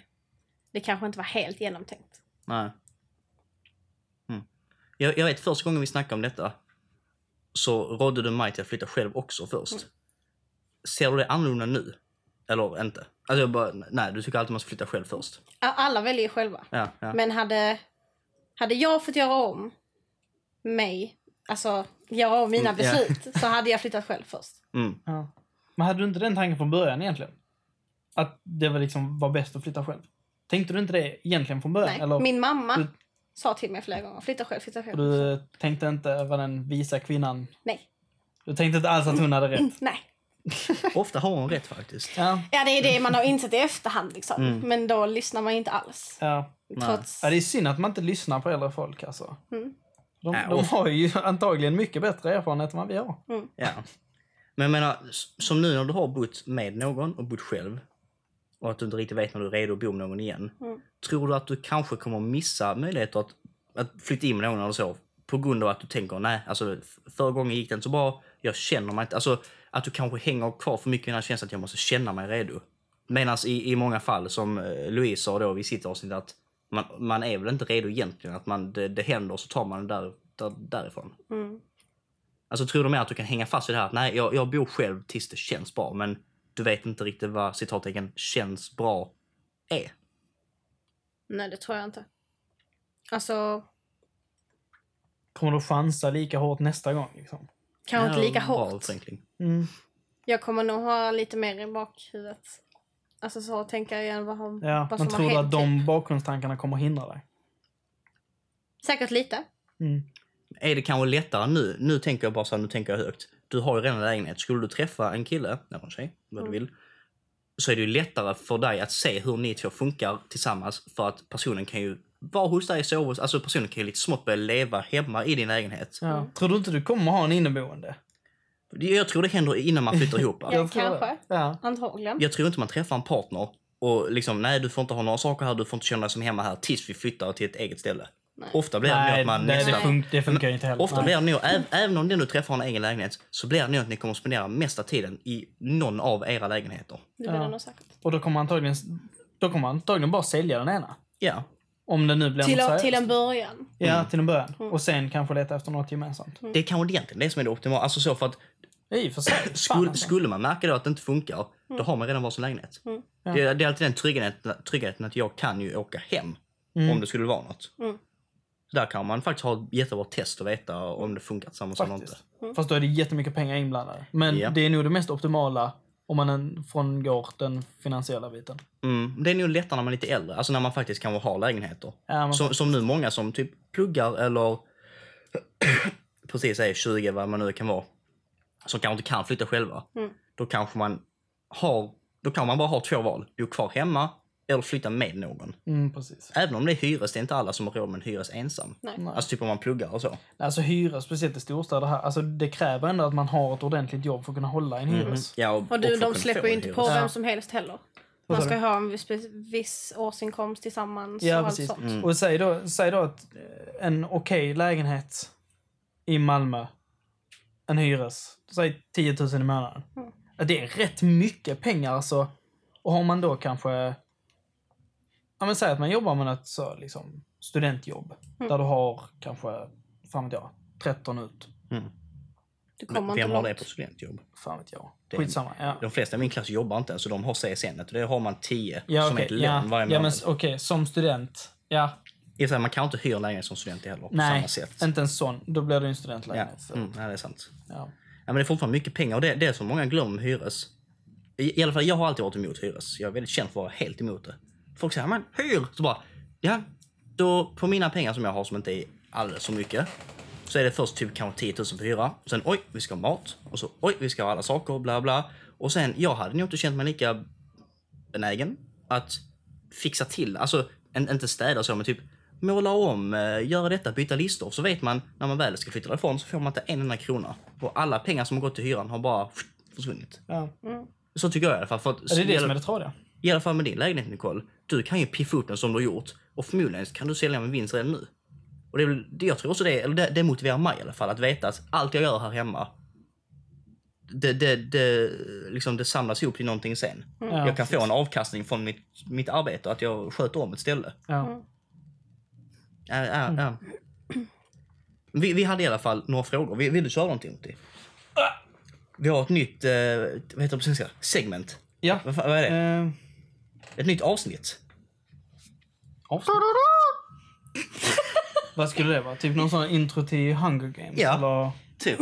B: det kanske inte var helt genomtänkt.
A: Nej. Mm. Jag, jag vet första gången vi snackade om detta så rådde du mig till att flytta själv också först. Ser du det annorlunda nu? Eller inte? Alltså jag bara, nej, du tycker alltid man ska flytta själv först.
B: Ja, Alla väljer ju själva.
A: Ja, ja.
B: Men hade, hade jag fått göra om mig, alltså göra om mina
A: Mm, ja.
B: beslut, så hade jag flyttat själv först.
A: Mm.
C: Ja. Men hade du inte den tanken från början egentligen? Att det var liksom var bäst att flytta själv? Tänkte du inte det egentligen från början?
B: Nej.
C: Eller
B: Min mamma
C: Du-
B: sa till mig flera gånger, flytta själv, flytta själv.
C: och du tänkte inte vad den visa kvinnan...
B: Nej, [CLEARS THROAT]
C: Du tänkte inte alls att hon hade rätt?
B: nej.
A: Ofta har hon rätt faktiskt.
C: Ja.
B: Ja, det är det man har insett i efterhand liksom.
A: Mm.
B: Men då lyssnar man ju inte alls.
C: ja.
B: Trots...
C: Ja, det är synd att man inte lyssnar på äldre folk alltså.
B: Mm.
C: De,
A: Äh,
C: de
A: och-
C: har ju [LAUGHS] antagligen mycket bättre erfarenhet än vad vi har.
A: Ja. Men jag menar, s- som nu när du har bott med någon och bott själv och att du inte riktigt vet när du är redo att bo med någon igen.
B: Mm.
A: Tror du att du kanske kommer missa möjligheter att, att flytta in med någon eller så? På grund av att du tänker, nej, alltså f- förra gången gick det inte så bra. Jag känner mig inte... Alltså att du kanske hänger kvar för mycket i den här känslan att jag måste känna mig redo. Medan i, i många fall, som eh, Louise sa då i sitt avsnitt, att man, man är väl inte redo egentligen. Att man, det, det händer och så tar man det där, där, därifrån.
B: Mm.
A: Alltså tror du mer att du kan hänga fast vid det här att nej, jag, jag bor själv tills det känns bra, men du vet inte riktigt vad citattecken känns bra är?
B: Nej, det tror jag inte. Alltså,
C: Kommer du chansa lika hårt nästa gång? Liksom?
B: kanske
A: Ja,
B: inte lika
A: bra
B: hårt.
A: förenkling.
C: Mm.
B: Jag kommer nog ha lite mer i bakhuvudet. Alltså så tänker jag igen vad, har,
C: Ja,
B: vad
C: men
B: som har
C: tror du att
B: hänt. typ.
C: de bakgrundstankarna kommer hindra dig?
B: Säkert lite.
C: Mm.
A: Är det kanske lättare nu? Nu tänker jag bara så här, nu tänker jag högt. Du har ju redan en lägenhet. Skulle du träffa en kille, eller en tjej, vad du
B: Mm.
A: vill, så är det ju lättare för dig att se hur ni två funkar tillsammans för att personen kan ju vara hos dig, sova hos Alltså personen kan ju lite smått börja leva hemma i din lägenhet.
C: Ja.
B: Mm.
C: Tror du inte du kommer ha en inneboende?
A: Jag tror det händer innan man flyttar ihop. alltså.
B: Ja,
C: Jag tror det.
B: kanske.
C: Ja.
B: Antagligen.
A: Jag tror inte man träffar en partner och liksom, nej du får inte ha några saker här, du får inte känna dig som hemma här tills vi flyttar till ett eget ställe.
B: Nej.
A: Ofta blir det nog att man
C: nej, det,
A: nästan...
C: fun- det funkar ju inte heller.
A: Ofta
C: Nej.
A: blir det nog, äv- även om det nu träffar en egen lägenhet, så blir det nog att ni kommer att spendera mesta tiden i någon av era lägenheter.
B: Det blir
C: Ja.
B: det nog säkert.
C: Och då kommer, antagligen, då kommer man antagligen bara sälja den ena.
A: Ja.
C: Om det nu blir
B: Till,
C: något seriöst.
B: till en början.
C: Ja, till en början.
B: Mm.
C: Och sen kanske leta efter något gemensamt.
A: Det är kanske egentligen det som är det optimala. Alltså så för att
C: I och för sig. Fan,
A: Skulle,
C: alltså.
A: skulle man märka då att det inte funkar, då har man redan varsin lägenhet.
B: Mm.
C: Ja.
A: Det, är- det är alltid den tryggheten, tryggheten att jag kan ju åka hem
C: Mm.
A: om det skulle vara något.
B: Mm.
A: Så där kan man faktiskt ha ett jättebra test och veta om det funkar tillsammans eller inte.
C: Faktiskt. Fast då är det jättemycket pengar inblandade. Men
A: Ja.
C: det är nog det mest optimala om man en- frångår den finansiella biten.
A: Mm. Det är nog lättare när man är lite äldre, alltså när man faktiskt kan ha lägenheter.
C: Ja, men,
A: Som, som nu många som typ pluggar eller [CLEARS THROAT] precis är 20, vad man nu kan vara, som kanske inte kan flytta själva.
B: Mm.
A: Då kanske man har, då kan man bara ha två val. Bo kvar hemma eller flytta med någon.
C: mm, precis.
A: Även om det är hyres, det är inte alla som har råd med en hyres ensam.
B: Nej.
C: Nej.
A: Alltså typ om man pluggar och så.
C: Alltså hyra, speciellt i storstäder här, alltså det kräver ändå att man har ett ordentligt jobb för att kunna hålla en hyres.
A: Ja, och,
B: Och du,
A: för att kunna
B: de
A: få
B: släpper ju
A: en
B: inte
A: hyres.
B: på
C: Ja.
B: vem som helst heller. Man
C: Vad sa
B: ska
C: du?
B: ha en viss, viss årsinkomst tillsammans
C: Ja,
B: och allt
C: precis.
B: sånt.
A: Mm.
C: Och säg då, säg då att eh, en okej lägenhet i Malmö, en hyres, säg 10 000 i månaden.
B: Mm.
C: Ja, Det är rätt mycket pengar alltså. Och har man då kanske, ja men säg att man jobbar med ett så, liksom, studentjobb.
B: Mm.
C: Där du har kanske, fan vet jag, 13 ut.
B: Du kommer
A: Men
B: inte
A: Vem har det på
B: långt.
A: studentjobb?
C: Fan vet jag.
A: Det är-
C: Skitsamma. Ja.
A: De flesta i min klass jobbar inte ens, så de har CSN. och Det har man 10
C: Ja,
A: som är
C: okej,
A: ett lön
C: ja,
A: varje
C: ja, men
A: månad.
C: s- okej, som student. Ja,
A: I och för sig, man kan inte hyra lägenhet som student heller på
C: nej,
A: samma sätt.
C: inte en sån. Då blir det ju en
A: Ja,
C: studentlägenhet.
A: mm, ja, det är sant.
C: Ja.
A: Ja, men det är fortfarande mycket pengar och det, det är som många glömmer med hyres. I, I alla fall, jag har alltid varit emot hyres. Jag är väldigt känd för att vara helt emot det. Folk säger men hyr! Så bara, ja, då på mina pengar som jag har som inte är alldeles så mycket. Så är det först typ kanske 10 000 på hyra. Sen oj, vi ska ha mat. Och så oj, vi ska ha alla saker, bla bla. Och sen, jag hade nog inte känt mig lika benägen att fixa till, alltså en, inte städa och så men typ måla om, eh, göra detta, byta listor. Så vet man när man väl ska flytta därifrån så får man inte en enda krona. Och alla pengar som har gått till hyran har bara försvunnit.
C: Ja.
A: Så tycker jag i alla fall. För att,
C: Ja, Det är
A: i,
C: det som
A: alla,
C: är det tradiga.
A: I alla fall med din lägenhet Nicole, du kan ju piffa upp den som du har gjort och förmodligen kan du sälja med vinst redan nu. Och det är väl, det- jag tror också det, eller det, det motiverar mig i alla fall att veta att allt jag gör här hemma det, det, det, liksom det samlas ihop till någonting sen.
C: Ja,
A: Jag kan få en avkastning från mitt, mitt arbete, att jag sköter om ett ställe.
C: ja.
A: Ja, ja, ja. Vi, vi hade i alla fall några frågor. Vill, vill du köra någonting? Uti? Vi har ett nytt eh, vad heter det på svenska? segment.
C: ja.
A: Vad, fan- vad är det?
C: Eh,
A: Ett nytt avsnitt.
C: avsnitt. Vad skulle det vara? Typ någon sån intro till Hunger Games?
A: Ja.
C: Eller...
A: Typ.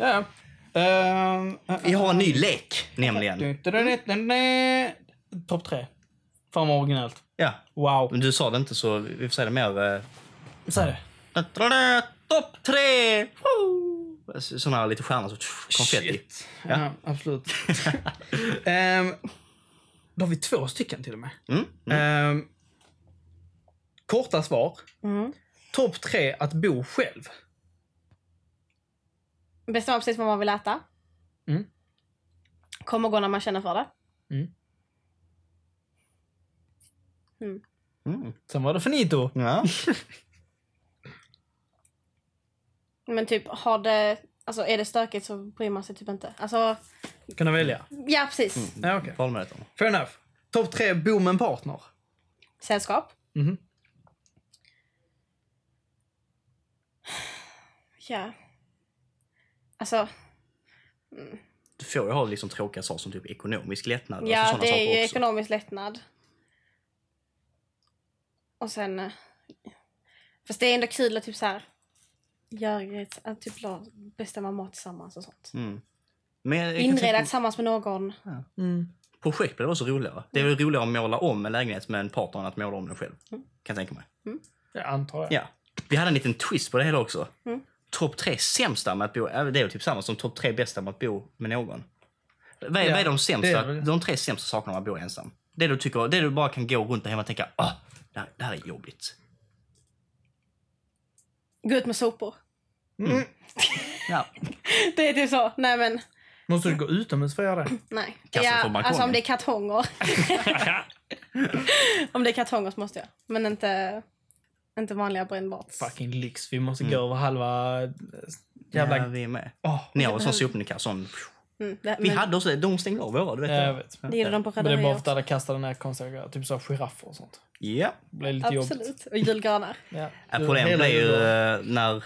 C: Ja, ja. Um,
A: Vi har en ny lek,
C: Mm.
A: nämligen.
C: eh, Topp tre. Fan vad originellt.
A: Ja.
C: Wow.
A: Men du sa det inte, så vi får säga det mer... Eh...
C: Säg det.
A: Topp tre! Såna här lite stjärnor, så konfetti.
C: Shit. Ja, absolut. [LAUGHS] Ehm, um, då har vi två stycken till och med.
A: Mm.
C: Ehm, Korta svar.
B: Mm.
C: Topp tre, att bo själv.
B: Bestämma precis vad man vill äta.
C: Mm.
B: Komma och gå när man känner för det.
A: Mm.
C: Sen var det finito.
A: Ja.
B: Men typ, har det, alltså, är det stökigt så bryr man sig typ inte. Alltså,
C: Kan du välja?
B: ja precis.
C: Ja, okej.
A: Valmöten.
C: Fair enough. Topp tre, bo med en partner.
B: Sällskap.
C: Mhm.
B: Ja. Alltså,
A: Du får ju ha liksom tråkiga saker som typ ekonomisk lättnad.
B: ja
A: alltså såna
B: det
A: saker
B: är ju
A: också.
B: ekonomisk lättnad. Och sen... eh, Fast det är ändå kul att typ så här, göra grejer, att typ la- bestämma mat tillsammans och sånt.
A: Mm. Men jag, jag kan
B: Inreda
A: tänka,
B: tillsammans med någon.
A: projekt blir också roligare. Det är väl roligare att måla om en lägenhet med en partner än att måla om den själv.
B: Mm.
A: Kan jag tänka mig.
C: Jag antar jag.
A: Ja. Vi hade en liten twist på det hela också.
B: Mm.
A: Topp tre sämsta med att bo, äh, det är väl typ samma som topp tre bästa med att bo med någon. Vad är,
C: Ja,
A: vad är de
C: det
A: sämsta,
C: är väl-
A: de tre sämsta sakerna med att bo ensam? Det du tycker, det du bara kan gå runt där hemma och tänka, ah, det här, det här är jobbigt.
B: Gå ut med sopor. [LAUGHS]
C: Mm.
A: Ja.
B: Det är typ så. Nej men,
C: Måste du gå utomhus för att göra det?
B: nej.
A: Kasta på
B: Ja,
A: balkongen.
B: alltså om det är kartonger. om det är kartonger så måste jag. Men inte, inte vanliga brännbart.
C: Fucking lyx. Vi måste gå över halva... eh, Jävla... Ah.
A: ja, vi är med.
C: Åh.
A: Ni har
B: Det
A: en sån sopnedkast, sån...
B: Mm, det,
A: Vi
B: men,
A: hade också det, de stängde av våra, du vet.
C: Ja, jag vet.
B: det gjorde de på
C: Men det är bara för
B: rederier.
C: att alla kastar den här konstiga grejer. Typ så här giraffer och sånt.
A: Ja.
C: Det blir lite jobbigt.
B: Absolut. Och julgranar.
C: Ja.
A: Ett
C: Det-
A: problem
C: hela
A: blev ju
C: julgranen.
A: eh, när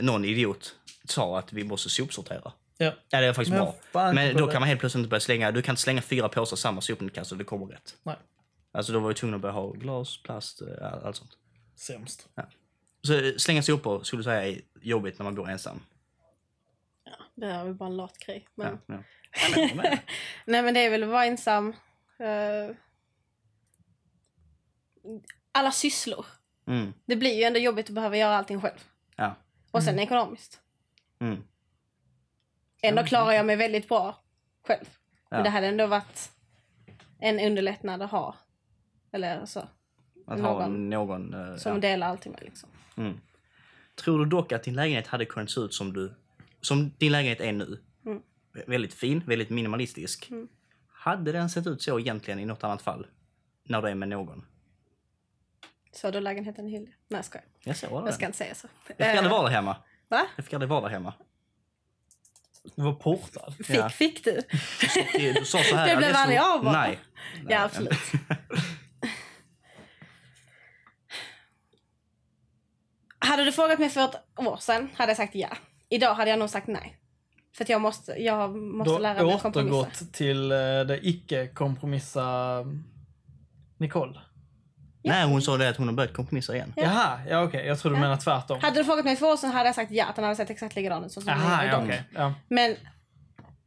A: någon idiot sa att vi måste sopsortera.
C: Ja.
A: Ja, det är faktiskt
C: Men
A: bra.
C: fan,
A: Men
C: inte
A: då
C: bra.
A: kan man helt plötsligt inte börja slänga. Du kan inte slänga fyra påsar samma sopnedkast och det kommer rätt.
C: Nej.
A: Alltså då var vi tvungna att börja ha glas, plast, eh, all- allt sånt.
C: Sämst.
A: Så eh, slänga sopor skulle du säga är jobbigt när man bor ensam.
B: Det är väl bara en lat grej. Men...
A: Ja,
B: [LAUGHS]
A: ja. Ja, men, jag menar.
B: Nej men det är väl att vara ensam. eh, alla sysslor.
A: mm,
B: Det blir ju ändå jobbigt att behöva göra allting själv.
A: ja.
B: Och sen ekonomiskt.
A: Mm.
B: Ändå klarar jag mig väldigt bra själv.
A: Ja.
B: Men det hade ändå varit en underlättnad att ha. Eller så.
A: Att ha
B: Någon.
A: någon... eh,
B: Som
A: ja.
B: delar allting med liksom.
A: Mm. Tror du dock att din lägenhet hade kunnat se ut som, du, som din lägenhet är nu?
B: Mm.
A: Vä- Väldigt fin, väldigt minimalistisk.
B: Mm.
A: Hade den sett ut så egentligen i något annat fall? När du är med någon?
B: Så då lägenheten i Hyllie. Nej jag skojar.
A: Jag såg
B: Jag
A: det.
B: ska inte säga så.
A: Jag fick aldrig
B: Eh,
A: vara där hemma.
B: Va?
A: Jag fick aldrig vara där hemma.
C: Du var portad.
B: Fick,
A: Ja.
B: fick du?
A: Du du sa så
B: [LAUGHS]
A: här.
B: Det
A: ja,
B: blev
A: är så-
B: aldrig av bara.
A: Nej.
B: Ja, absolut. [LAUGHS] Hade du frågat mig för ett år sedan hade jag sagt ja. Idag hade jag nog sagt nej. För att jag måste, jag måste
C: Du
B: lära mig
C: har
B: att kompromissa.
C: återgått till eh, det icke-kompromissa Nicole.
A: Nej, hon sa det att hon har börjat kompromissa igen.
B: Ja.
C: Jaha, ja okej. Jag trodde du menade tvärtom.
B: Hade du frågat mig för ett år sedan hade jag sagt ja, att den hade sett exakt likadan ut som den
C: Jaha,
B: gör
C: ja
B: idag.
C: okej. Ja.
B: Men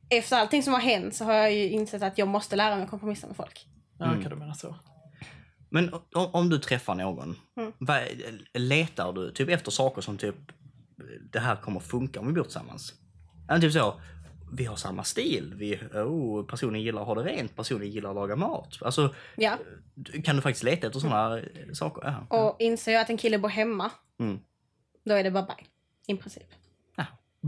B: efter allting som har hänt så har jag ju insett att jag måste lära mig att kompromissa med folk.
C: Ja, okej, du menar så.
A: Men o- om, om du träffar någon,
B: Mm.
A: vad, letar du typ efter saker som typ det här kommer funka om vi bor tillsammans? Eller typ så, vi har samma stil, vi, oh, personen gillar att ha det rent, personen gillar att laga mat. Alltså,
B: Ja.
A: du- kan du faktiskt leta efter sådana saker? Ja.
B: Och inser jag att en kille bor hemma,
A: Mm.
B: då är det bye bye. I princip.
C: Va?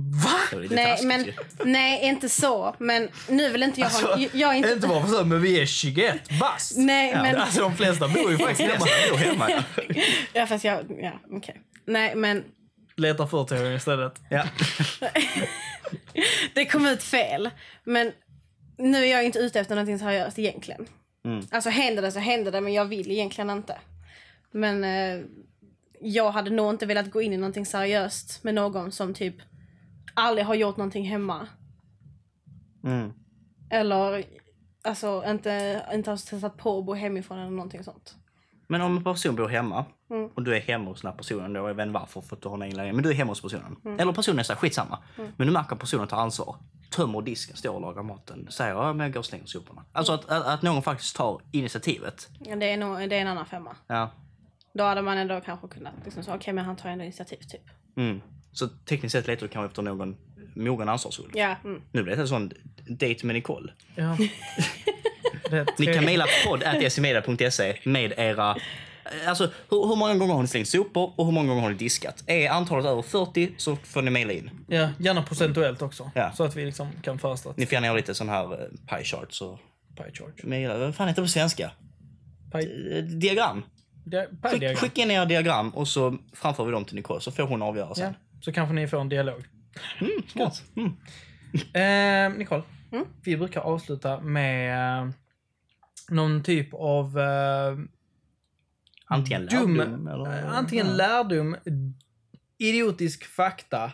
A: Det är lite
B: Nej,
A: taskigt
B: men,
A: ju.
B: [LAUGHS]
A: Alltså,
B: nej, inte så. Men nu vill inte jag ha... Jag, jag är inte...
C: Inte bara för så, men vi är 21 bast.
B: Nej,
A: Ja,
B: men...
C: Alltså de flesta bor ju faktiskt hemma.
A: Jag bor hemma. ja.
B: [LAUGHS] Ja, fast jag... Ja, okej. Nej, men
C: Letar 40-åringar istället.
A: Ja.
B: det kom ut fel. Men nu är jag inte ute efter någonting seriöst egentligen.
A: Mm.
B: Alltså händer det så händer det, men jag vill egentligen inte. Men eh, jag hade nog inte velat gå in i någonting seriöst med någon som typ aldrig har gjort någonting hemma.
A: Mm.
B: Eller alltså inte, inte har testat på att bo hemifrån eller någonting sånt.
A: Men om en person bor hemma
B: Mm.
A: och du är hemma hos den här personen, då, jag vet inte varför för att du har en egen lägenhet, men du är hemma hos personen.
B: Mm.
A: Eller personen är så här, skitsamma. Men du märker att personen tar ansvar. Tömmer disken, står och lagar maten. Säger ja, men jag går och slänger soporna. Alltså att, att, att någon faktiskt tar initiativet.
B: Ja, Det är, nog, det är en annan femma.
A: Ja.
B: Då hade man ändå kanske kunnat liksom, så, okej men han tar ändå initiativ typ.
A: Mm. Så tekniskt sett letar du kanske efter någon mogen ansvarsfull.
B: Ja, mm.
A: Nu blir det en sån date med Nicole.
B: [LAUGHS]
C: Ja. Det är
A: Ni kan
C: tre-
A: E mejla podd.smeda.se med era Alltså, hur, hur många gånger har ni slängt sopor och hur många gånger har ni diskat? Är antalet över 40 så får ni mejla in.
C: Ja, gärna procentuellt också.
A: Ja.
C: Så att vi liksom kan föreställa
A: Ni får gärna göra lite sån här eh, pie chart. Så
C: pie charge.
A: mejla. Vad fan heter det på svenska?
C: Pie,
A: Eh, Diagram.
C: dia- pie
A: Skick,
C: diagram.
A: skicka in era diagram och så framför vi dem till Nicole så får hon avgöra sen.
C: Ja, så kanske ni får en dialog.
A: Mm, smart. Mm.
C: Eh, Nicole,
B: Mm.
C: vi brukar avsluta med eh, någon typ av eh,
A: Antingen
C: Dum-
A: lärdom eller...
C: Eh, Antingen lärdom, idiotisk fakta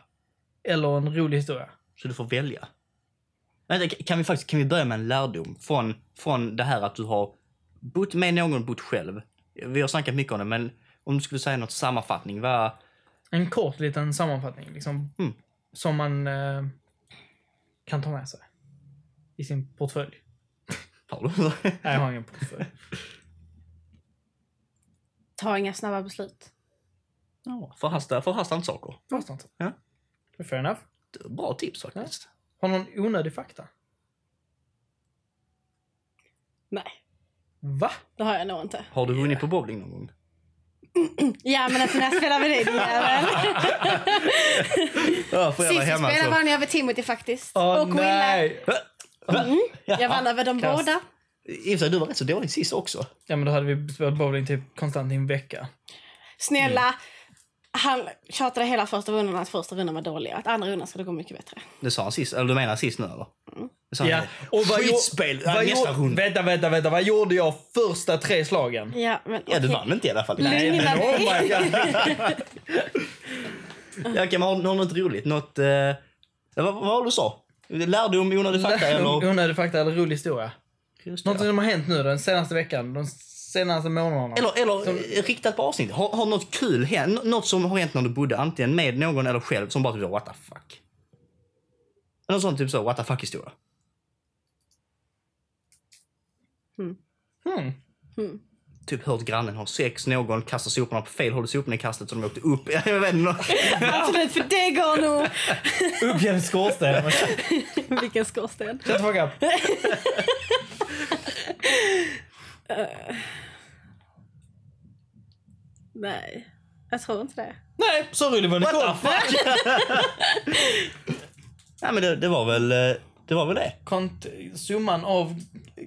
C: eller en rolig historia.
A: Så du får välja. Vänta, k- kan vi faktiskt kan vi börja med en lärdom från, från det här att du har bott med någon, bott själv. Vi har snackat mycket om det, men om du skulle säga något sammanfattning, vad...
C: En kort liten sammanfattning liksom,
A: Mm.
C: som man eh, kan ta med sig i sin portfölj.
A: Har du?
C: Nej, jag har ingen portfölj.
B: Ta inga snabba beslut.
A: [LAUGHS] Ja, förhasta, förhasta inte saker.
C: Någonstans.
A: Ja.
C: Fair enough.
A: Bra tips faktiskt.
C: Har någon onödig fakta?
B: Nej,
C: Va?
B: det har jag nog inte.
A: Har du vunnit på bowling någon gång?
B: Ja, men alltså när spelar vi det din jävel? [LAUGHS]
A: Ja, för
B: Sist vi spelade vann jag över Timothy faktiskt. och Willa. Mm. Jag vann över dem
C: Kass.
B: båda.
A: I och för sig, du var rätt så dålig sist också.
C: Ja, men då hade vi spelat bowling typ konstant i en vecka.
B: Snälla. Han tjatade hela första rundan att första rundan var dålig och att andra rundan skulle gå mycket bättre.
A: Det sa han sist, eller du menar sist nu eller?
B: Mm.
A: Det sa
C: Ja.
A: han, Skitspel! Ja, nästa
C: gjorde-
A: runda.
C: Vänta, vänta, vänta. Vad gjorde jag första tre slagen?
B: Ja, men
A: Ja, du
B: okej.
A: vann inte i alla fall.
B: Lugna
C: Oh
B: dig.
C: my [LAUGHS] God.
A: Ja, kan man ha har något roligt? Något... Eh, ja, vad, vad var det du sa? Lärdom, onödig fakta eller...
C: Onödig fakta eller rolig historia?
A: Just det,
C: Något
A: ja.
C: som har hänt nu den senaste veckan, de senaste månaderna.
A: Eller, eller eh, riktat på avsnitt. Har, har något kul hänt? Nå- Något som har hänt när du bodde antingen med någon eller själv som bara typ så, what the fuck. Någon sån typ så what the fuck historia.
C: Hmm.
B: Mm.
A: Typ hört grannen ha sex, någon kastar soporna på fel håll i soporna i kastet så de åkte upp. [LAUGHS] Jag vet inte.
B: [LAUGHS] Absolut, för det går nog.
C: Upp genom skorstenen.
B: [LAUGHS]
C: Shut
B: Vilken skorsten.
C: the fuck up.
B: Nej, jag tror inte det.
C: Nej, så rolig var Nicole.
A: What the fuck? Nej men det, det var väl eh, det. Var väl det.
C: Kont- summan av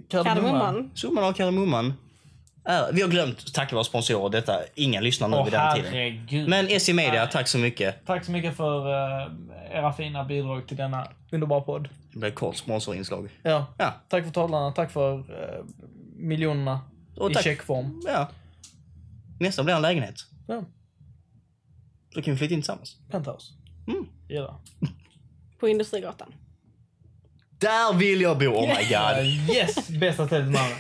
C: kardemumman.
B: Kardemumman.
A: Summan av kardemumman. är- Vi har glömt tacka våra sponsorer. Detta, ingen lyssnar nu
C: Åh
A: vid den tiden.
C: herregud.
A: Men SE Media, tack så mycket.
C: Tack så mycket för eh, era fina bidrag till denna underbara podd.
A: Det blev kort sponsorinslag.
C: Ja.
A: Ja.
C: Tack för talarna, tack för eh, miljonerna
A: Och
C: i
A: tack-
C: checkform.
A: ja. Nästa blir en lägenhet.
C: Ja,
A: Då kan vi flytta in tillsammans.
C: penthouse.
A: Mm.
C: Gilla.
B: På Industrigatan.
A: Där vill jag bo! Oh my
C: [LAUGHS] Ja,
A: god.
C: Eh, yes, bästa stället i Malmö.